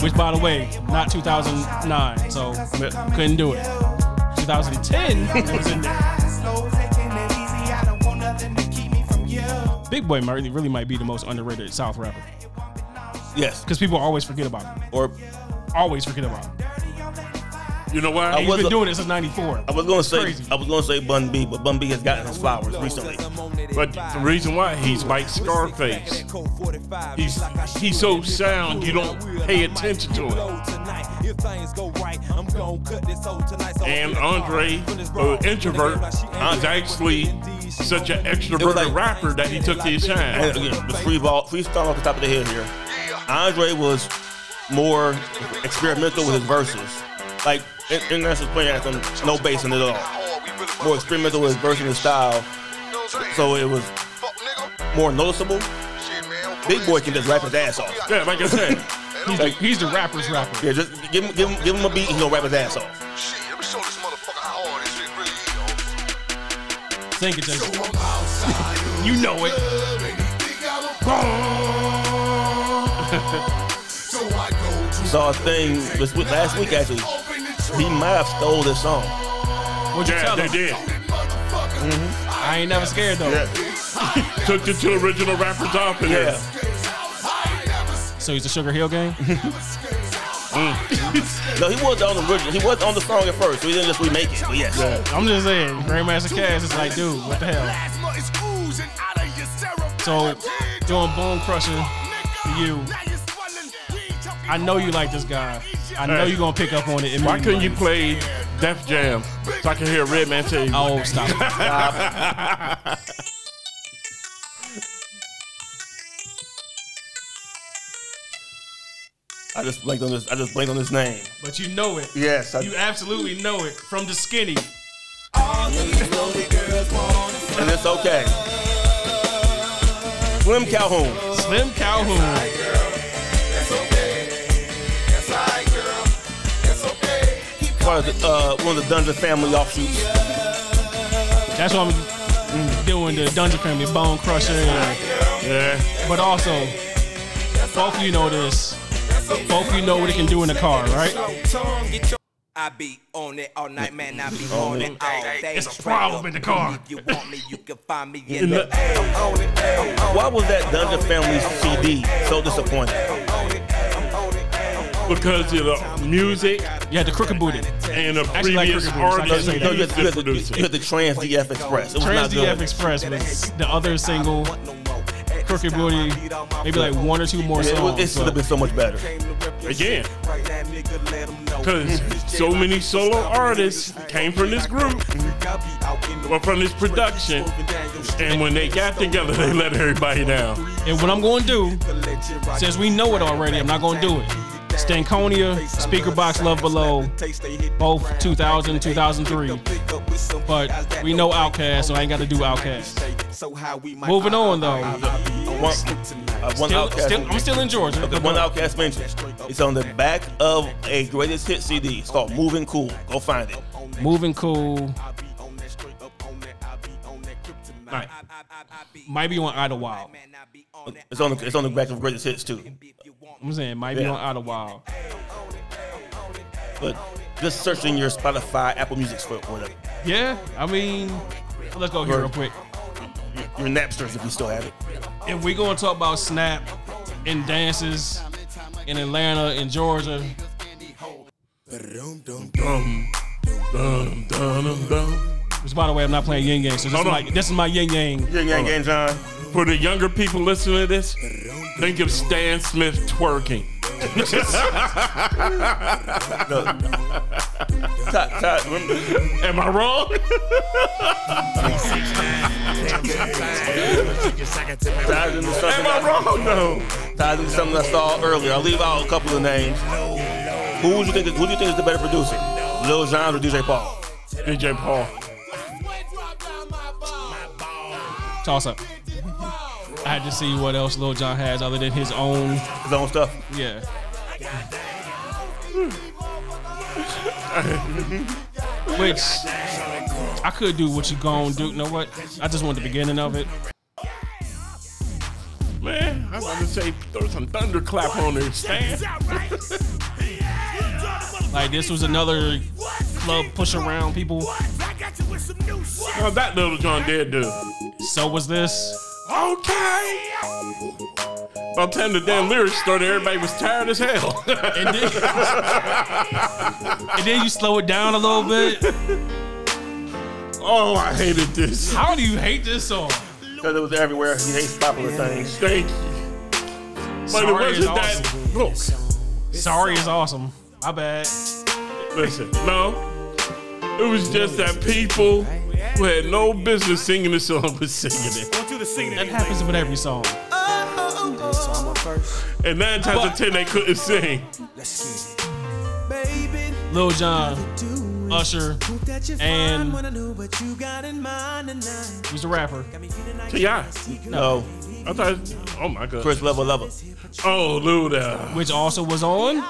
A: which by the way, not 2009, so couldn't do it. 2010 it was in there. Big Boy Murray really might be the most underrated South rapper.
B: Yes.
A: Because people always forget about him.
B: Or
A: always forget about him.
C: You know why?
B: I
A: He's
B: was-
A: been doing it since '94.
B: I was gonna say I was gonna say Bun B, but Bun B has gotten his flowers recently.
C: But the reason why he's like Scarface. He's he's so sound you don't pay attention to it. And Andre, uh, introvert, is actually such an extroverted rapper that he took his
B: And
C: shine.
B: again, the free ball, freestyle off the top of the head here. Andre was more experimental with his verses. Like in- International playing at them, no bass in it at all. More experimental with his verse and his style. So it was more noticeable. Big boy can just rap his ass off.
C: Yeah, like I said,
A: he's, the, he's the rapper's rapper.
B: Yeah, just give him give him give him a beat and he'll rap his ass off.
A: Think it, Jason. you know it.
B: Saw a thing this week, last week actually. He might have stole this song.
A: What'd you
C: Yeah,
A: tell
C: they
A: him?
C: did.
A: I ain't never scared though.
C: Took the two original rappers off in there.
A: So he's a Sugar Hill gang.
B: No, he was on the original. He was on the song at first, so he didn't just remake it. But yes.
A: I'm just saying, Grandmaster Cass is like, dude, what the hell? So doing Bone Crusher to you. I know you like this guy. I know
C: Hey.
A: you're gonna pick up on it.
C: Why couldn't you play Def Jam so I can hear Redman say?
A: Oh, stop! it.
B: I just blanked on this. I just blanked on his name.
A: But you know it.
B: Yes, I-
A: you absolutely know it from the skinny.
B: and it's okay. Slim Calhoun.
A: Slim Calhoun.
B: Part of the, uh, one of the Dungeon Family offshoots.
A: That's what I'm doing the Dungeon Family Bone Crusher. And, yeah. But also, both of you know this. Both of you know what it can do in the car, right?
U: I be on it all night, man. I be
A: On
U: on
A: it.
U: it all day.
A: Oh. It's a problem in the car.
U: If you want me, you can find me
B: In
U: in
B: the-
U: the.
B: Why was that Dungeon Family CD so disappointing?
C: Because of the music.
A: Yeah, the crooked booty.
C: And the
B: Actually, like
C: previous
B: crooked booty, so I
C: artist.
B: can't say that. No, you had- you had the- you had the Trans DF Express. It was
A: Trans
B: not good.
A: DF Express was the other single. Crooked Booty, maybe like one or two more
B: Yeah, it was-
A: songs.
B: it should have been so much better.
C: Again. Because so many solo artists came from this group or from this production. And when they got together, they let everybody down.
A: And what I'm going to do, since we know it already, I'm not going to do it. Stankonia, Speaker Box, Love Below, both 2000, 2003. But we know Outkast, so I ain't got to do Outkast. Moving on though.
B: One, uh, one
A: Still-
B: outcast
A: still- I'm still in Georgia.
B: Okay, one outcast mention. It's on the back of a greatest hit CD. It's called Moving Cool. Go find it.
A: Moving cool. Alright. Might be on Idlewild.
B: It's on the it's on the back of greatest hits too.
A: I'm saying might be
B: Yeah.
A: on Idlewild.
B: But just search in your Spotify, Apple Music, for whatever.
A: Yeah, I mean, let's go here real quick.
B: Your Napsters, if you still have it.
A: If we gonna talk about Snap and dances in Atlanta and Georgia, which by the way, I'm not playing Yin Yang, so this is
C: Hold
A: my
C: on.
A: this is my Yin Yang.
C: Hold on. For the younger people listening to this, think of Stan Smith twerking. Am I wrong?
B: Ties into something Am I wrong? No. Ties into something I saw earlier. I'll leave out a couple of names. Who would you think? Who do you think is the better producer, Lil Jon or DJ Paul?
C: DJ Paul.
A: Toss up. I had to see what else Lil Jon has other than his own
B: his own stuff.
A: Yeah. Which I could do what you gon' do. You know what? I just want the beginning of it.
C: Man, I was gonna say throw some thunderclap on there, Stan.
A: Like this was another club push around people.
C: Now that little John did do.
A: So was this.
C: Okay. By the time the damn lyrics started, everybody was tired as hell.
A: and, And then you slow it down a little bit.
C: oh, I hated this.
A: How do you hate this song?
B: Because it was everywhere. He hates popular things.
C: Thank you. But it
A: Sorry is
C: wasn't that.
A: awesome.
C: Look,
A: Sorry is awesome. My bad.
C: listen, no. It was just that people who had no business singing the song was singing it.
A: That happens with every song.
C: And nine times out of ten, they couldn't sing.
A: Lil Jon, Usher, and who's the rapper?
C: T.I.
B: No.
C: I thought, oh my God.
B: Chris Level Level.
C: Oh, Luda.
A: Which also was on.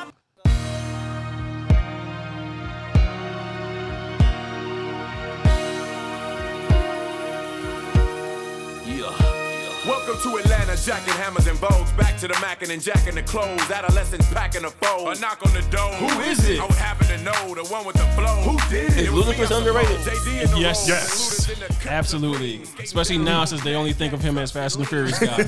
E: Welcome to Atlanta, jacking hammers and bows. Back to the mackin' and jacking the clothes. Adolescents packing the fold. A knock on the door.
B: Who is it?
E: I would happen to know the one with the flow. Who did
B: Is Ludacris underrated?
A: Yes, yes, absolutely. Especially now since they only think of him as Fast and the Furious guy.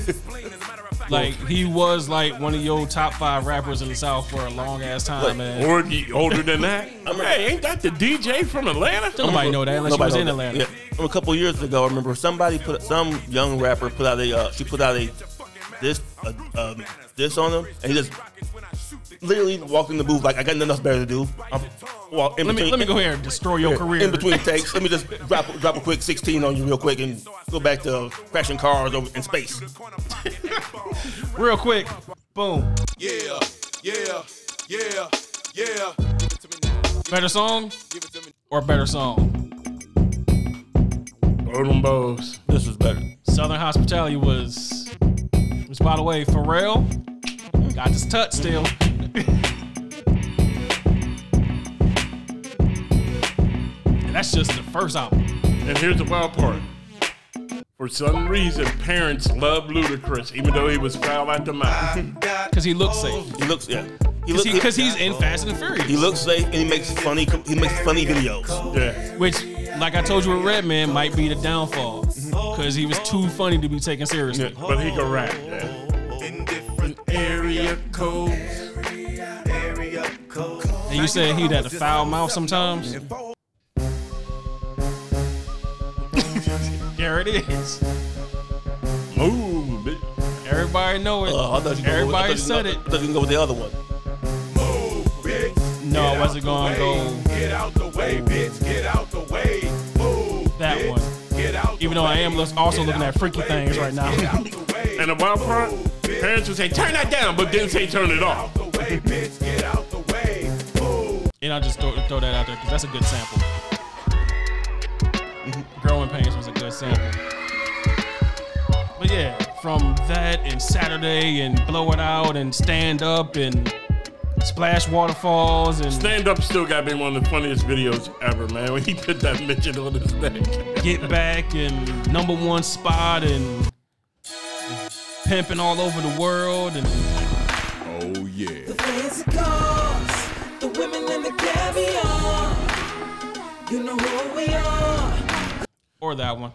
A: like he was like one of your top five rappers in the South for a long ass time,
C: Like,
A: man.
C: Or you older than that. hey, ain't that the DJ from Atlanta?
A: Nobody know that unless you was
B: Nobody
A: in
B: knows
A: Atlanta.
B: that. Yeah. A couple years ago, I remember somebody put some young rapper put out a uh, she put out a this uh, um, this on him, and he just literally walked in the booth like I got nothing else better to do. I'm, well, in
A: Let me
B: between-
A: let me go here and destroy your
B: Yeah,
A: career.
B: in between takes. Let me just drop drop a quick sixteen on you real quick and go back to crashing cars over in space.
A: real quick. Boom.
E: Yeah, yeah, yeah, yeah.
A: Better song or better song?
C: Throw them balls.
B: This was better.
A: Southern Hospitality was, which by the way, Pharrell got his touch still. and that's just the first album.
C: And here's the wild part. For some reason, parents love Ludacris, even though he was foul at the mouth.
A: Because he looks safe.
B: He looks yeah. He
A: Because
B: looks
A: he's in Fast and the Furious.
B: Oh, He looks safe and he makes funny. He makes funny videos.
C: Yeah.
A: Which, like I told you with Redman, might be the downfall. Because he was too funny to be taken seriously.
C: but he can rap.
R: Area code. Area code.
A: And you said he'd had a foul mouth sometimes? there it is.
C: Move, bitch.
A: Everybody know it.
B: Uh, I thought you were going with- I
A: Everybody
B: thought you
A: said
B: were-
A: it.
B: I thought you can go with the other one.
A: No, I wasn't going to go
R: Get out the way, bitch. Get out the way. Move.
A: that one.
R: Get out
A: Even though I am lo- also looking at freaky things right now.
C: And the wild part, parents would say, turn that down, but didn't say turn it off.
A: and I'll just throw, throw that out there because that's a good sample.
R: Mm-hmm.
A: Growing Pains was a good sample. But yeah, from that and Saturday and Blow It Out and Stand Up and Splash Waterfalls and
C: Stand Up still got to be one of the funniest videos ever, man. When he put that midget on his neck.
A: Get Back and Number One Spot and Pimping All Over the World and.
R: Oh, yeah.
W: The fancy cars, the women and the caviar. You know who we are.
A: Or that one.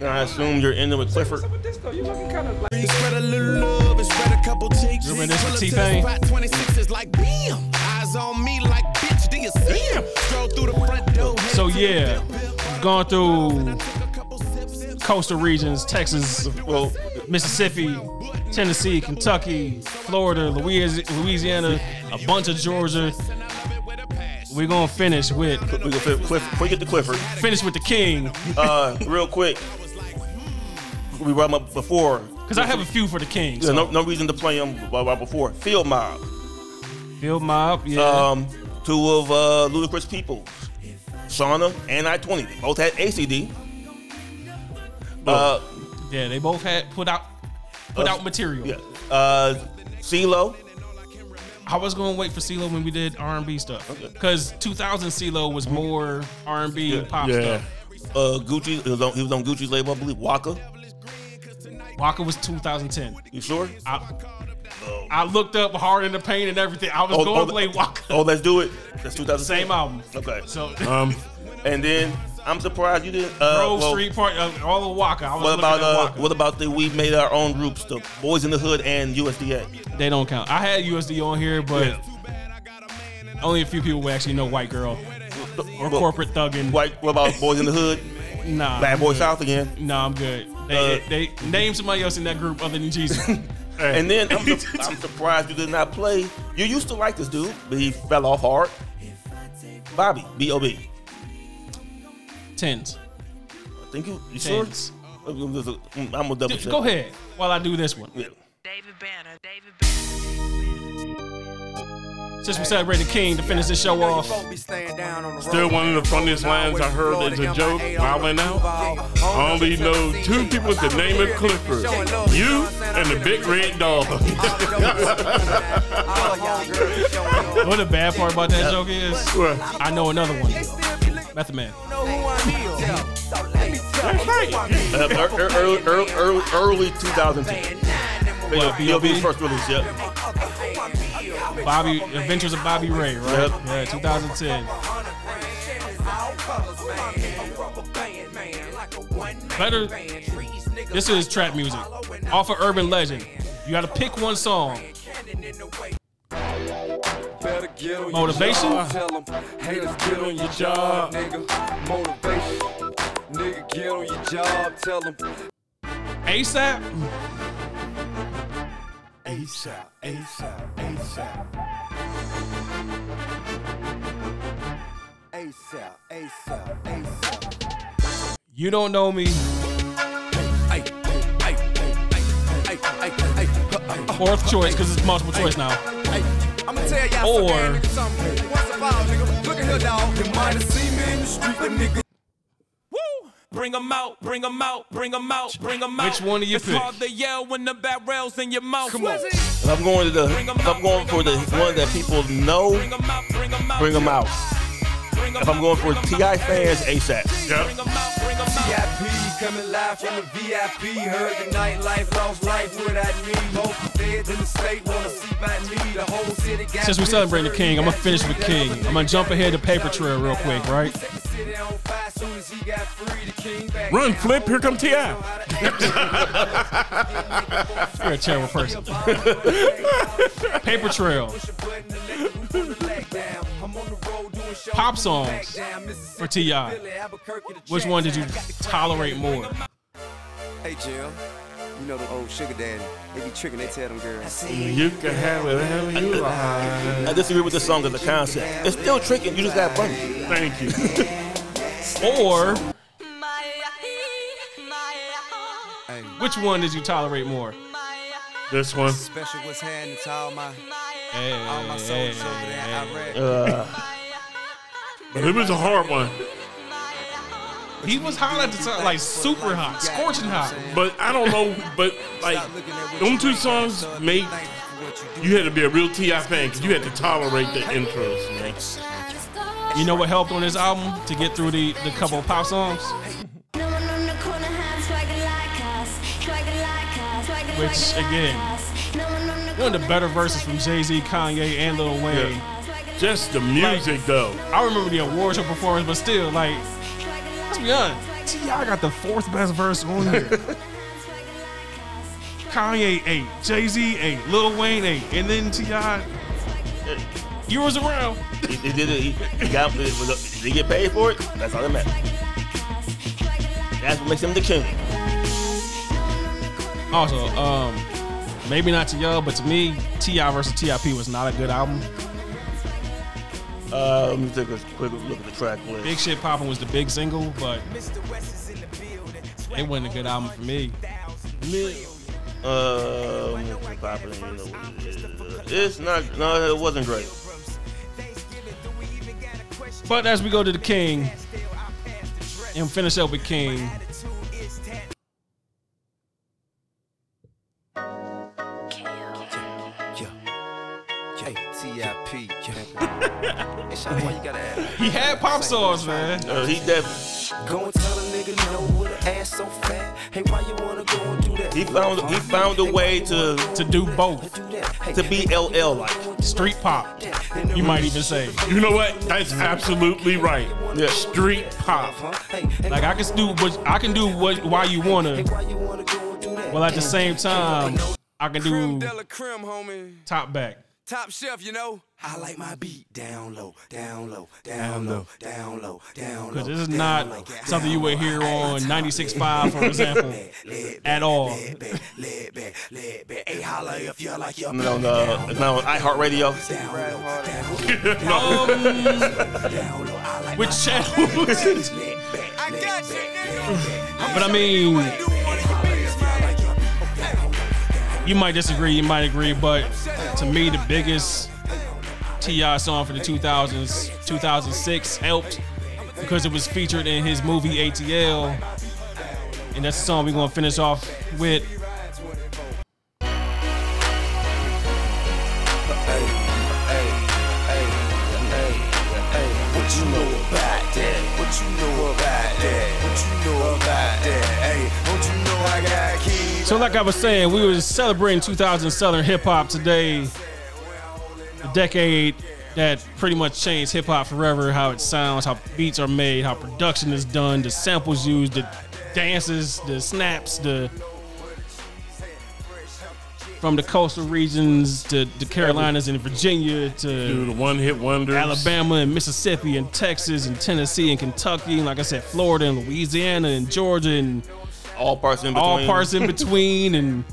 B: And I assume you're ending with Clifford.
X: Spread a little love and spread a couple cheeks.
B: Remember this with
X: Pull up to the
B: T-Pain?
X: spot, 26 is like bam. Eyes on me like bitch, do you see him? Stroll through the front door.
A: So yeah, going through coastal regions, Texas, well, Mississippi, Tennessee, Kentucky, Florida, Louis- Louisiana, a bunch of Georgia. We're gonna finish with we
B: gonna fit Clifford. Before we get to Clifford,
A: finish with the King.
B: Uh, real quick, we brought him up before.
A: Cause I have a few for the King.
B: Yeah, no, no reason to play him right before. Field Mob.
A: Field Mob, yeah.
B: Um, two of uh, Ludacris people, Shauna and I twenty. They both had ACD. Uh,
A: yeah, they both had put out put out material.
B: Yeah. Uh, CeeLo.
A: I was gonna wait for CeeLo when we did R and B stuff. Cause 2000 CeeLo was more R and B pop stuff.
B: Uh, Gucci. He was, on, he was on Gucci's label, I believe. Waka.
A: Walker was 2010.
B: You sure?
A: I, I looked up hard in the pain and everything. I was
B: Oh,
A: going
B: oh,
A: to play Walker.
B: Oh, let's do it. That's 2000.
A: Same album.
B: Okay.
A: So,
C: um,
B: and then I'm surprised you didn't. Uh,
A: Grove
B: well,
A: Street Park, uh, all of Walker. I was
B: What
A: looking
B: about
A: at
B: uh,
A: Walker.
B: what about the we made our own groups, the Boys in the Hood and USDA?
A: They don't count. I had USD on here, but only a few people would actually know White Girl or
B: well,
A: Corporate Thuggin.
B: White. What about Boys in the Hood?
A: Nah.
B: Bad
A: I'm
B: Boy
A: good.
B: South again.
A: Nah, I'm good. They, they, name somebody else in that group other than Jesus.
B: And then I'm, su- I'm surprised you did not play. You used to like this dude, but he fell off hard. Bobby, B O B.
A: Tens.
B: I think you. You sure? Mm,
A: Tens.
B: I'm gonna double
A: Dude,
B: check.
A: go ahead while I do this one. Since we celebrated King to finish this show off,
C: Still one of the funniest lines I heard as a joke while and out. I only know two people with the name of Clifford. You and the big red dog.
A: what the bad part about that joke is, I know another one. Method Man.
B: Uh, er- er- early, early, early, early 2010.
A: What,
B: B O
A: B.O.B.?
B: B's first release. Yep.
A: Bobby Adventures of Bobby Ray, right? Yeah, 2010. Better. This is trap music off of Urban Legend. You got to pick one song. Motivation.
R: Get on your job, nigga. Motivation. Nigga, get on your job. Tell them.
A: ASAP.
R: ASAP, ASAP, ASAP. ASAP, ASAP, ASAP.
A: You don't know me. Fourth choice because it's multiple choice now.
R: I'ma tell y'all
A: Or-
R: something, nigga, something. Once a while, nigga. Look at here, dog. You might have seen me in the street, but nigga.
X: bring 'em out, bring 'em out, bring 'em out, bring 'em out.
A: Which one do you
X: it's
A: pick?
X: hard to yell when the barrel's in your mouth. Come on.
B: If I'm going to the, if I'm going for the one that people know, bring them out. If I'm going for Ti fans, ASAP.
Q: TIP coming live from the VIP. Heard the nightlife, lost life, what I need. Most of the feds in the state wanna see my need. The whole city got
A: Since we're celebrating the King, I'm gonna finish with King. I'm gonna jump ahead to Paper Trail real quick, right?
C: Run, Flip. Here come T.I.
A: You're a terrible person. Paper Trail. Pop songs for T.I. Which one did you tolerate more?
L: Hey, Jill. You know the old sugar daddy. They be tricking. They tell them girls.
C: You can have whatever you like.
B: I disagree with the song as a concept. It's still tricking. You just got bunny.
C: Thank you.
A: Or which one did you tolerate more?
C: This one.
L: Special was handing to all my.
A: all my
L: soldiers over there. I read.
B: Uh,
C: But it was a hard one.
A: He was hot at the time, like super hot, scorching hot.
C: But I don't know. But like, them two songs made you had to be a real Ti fan because you had to tolerate the intros. Man.
A: You know what helped on this album to get through the, the couple of pop songs? Which again, one of the better verses from Jay Z, Kanye, and Lil Wayne.
C: Just the music though.
A: I remember the award show performance, but still, like, let's be honest, T.I. got the fourth best verse on here. Kanye eight, Jay Z eight, Lil Wayne eight, and then T.I. You was around.
B: He, he did it. He, he got. Did he get paid for it? That's all that matters. That's what makes him the king.
A: Also, um, maybe not to y'all, but to me, T.I. versus T.I.P. was not a good album.
B: Uh, let me take a quick look at the track list.
A: Big Shit Poppin' was the big single, but it wasn't a good album for me.
B: Um, popping in the- it's not. No, it wasn't great.
A: But as we go to the King and finish up with King,
L: Hey, TIP. yeah. Hey, Sean, why you gotta ask?
A: he had pop songs, man.
B: Uh, he definitely.
L: Go and tell a nigga you know what a ass so fat. Hey, why you wanna go and do that?
B: He found. He found a way to
A: to do both.
B: To be LL like
A: street pop. You might even say.
C: You know what? That's absolutely right.
B: Yeah.
C: Street pop.
A: Like I can do what I can do what why you wanna. Well, at the same time, I can do
L: Della Crim, homie.
A: top back.
L: Top chef, you know. I like my beat down low, down low, down low, down low, down low.
A: Because this is not something you would hear on 96.5, for example, at all.
L: Lead back, lead back. Hey, holla if you like your
B: No, no, it's not on iHeartRadio.
A: With channels. but I mean, you might disagree, you might agree, but to me, the biggest T.I. song for the 2000s, 2006 helped because it was featured in his movie ATL. And that's the song we're going to finish off with.
L: What you know about that? What you know about that? What you know about that? Hey, don't you know I got keys?
A: So, like I was saying, we were celebrating 2000 Southern hip hop today, the decade that pretty much changed hip hop forever. How it sounds, how beats are made, how production is done, the samples used, the dances, the snaps, the from the coastal regions to the Carolinas and Virginia to
C: Dude, the one hit wonders.
A: Alabama and Mississippi and Texas and Tennessee and Kentucky and like I said, Florida and Louisiana and Georgia and
B: All parts in between.
A: all parts in between and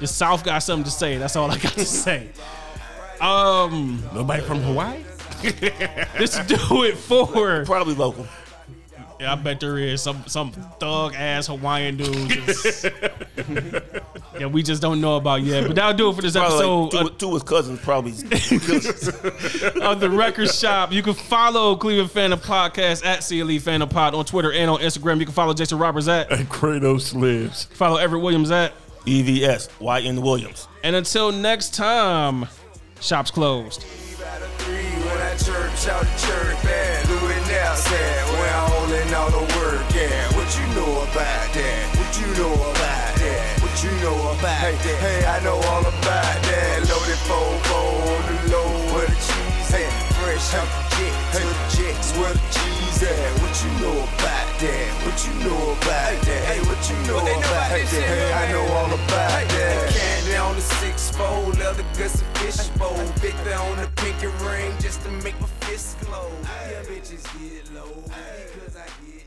A: the South got something to say. That's all I got to say. Um
C: Nobody from Hawaii?
A: let's do it for
B: Probably local.
A: Yeah, I bet there is some some thug ass Hawaiian dude just that we just don't know about yet. But that'll do it for this
B: Probably
A: episode.
B: like two, two of his cousins probably.
A: of the Record Shop. You can follow Cleveland Phantom Podcast at CLE Phantom Pod on Twitter and on Instagram. You can follow Jason Roberts at
C: Kratos lives.
A: Follow Everett Williams at
B: E EVS YN Williams.
A: And until next time, shops closed.
L: when I church out the church bad, Louis now said, when I holding all the work at, what you know about that? What you know about that? What you know about that? Hey, I know all about that. Loaded fofo on the low where the cheese at. Fresh out the jet to the jets where the cheese at. What you know about that? What you know about that? Hey, what you know about that? Hey, I know all about that. Candy on the six fold, leather guts and fish bowl, Victor on the pinky ring just to make my fist glow. Yeah, bitches get low because I get.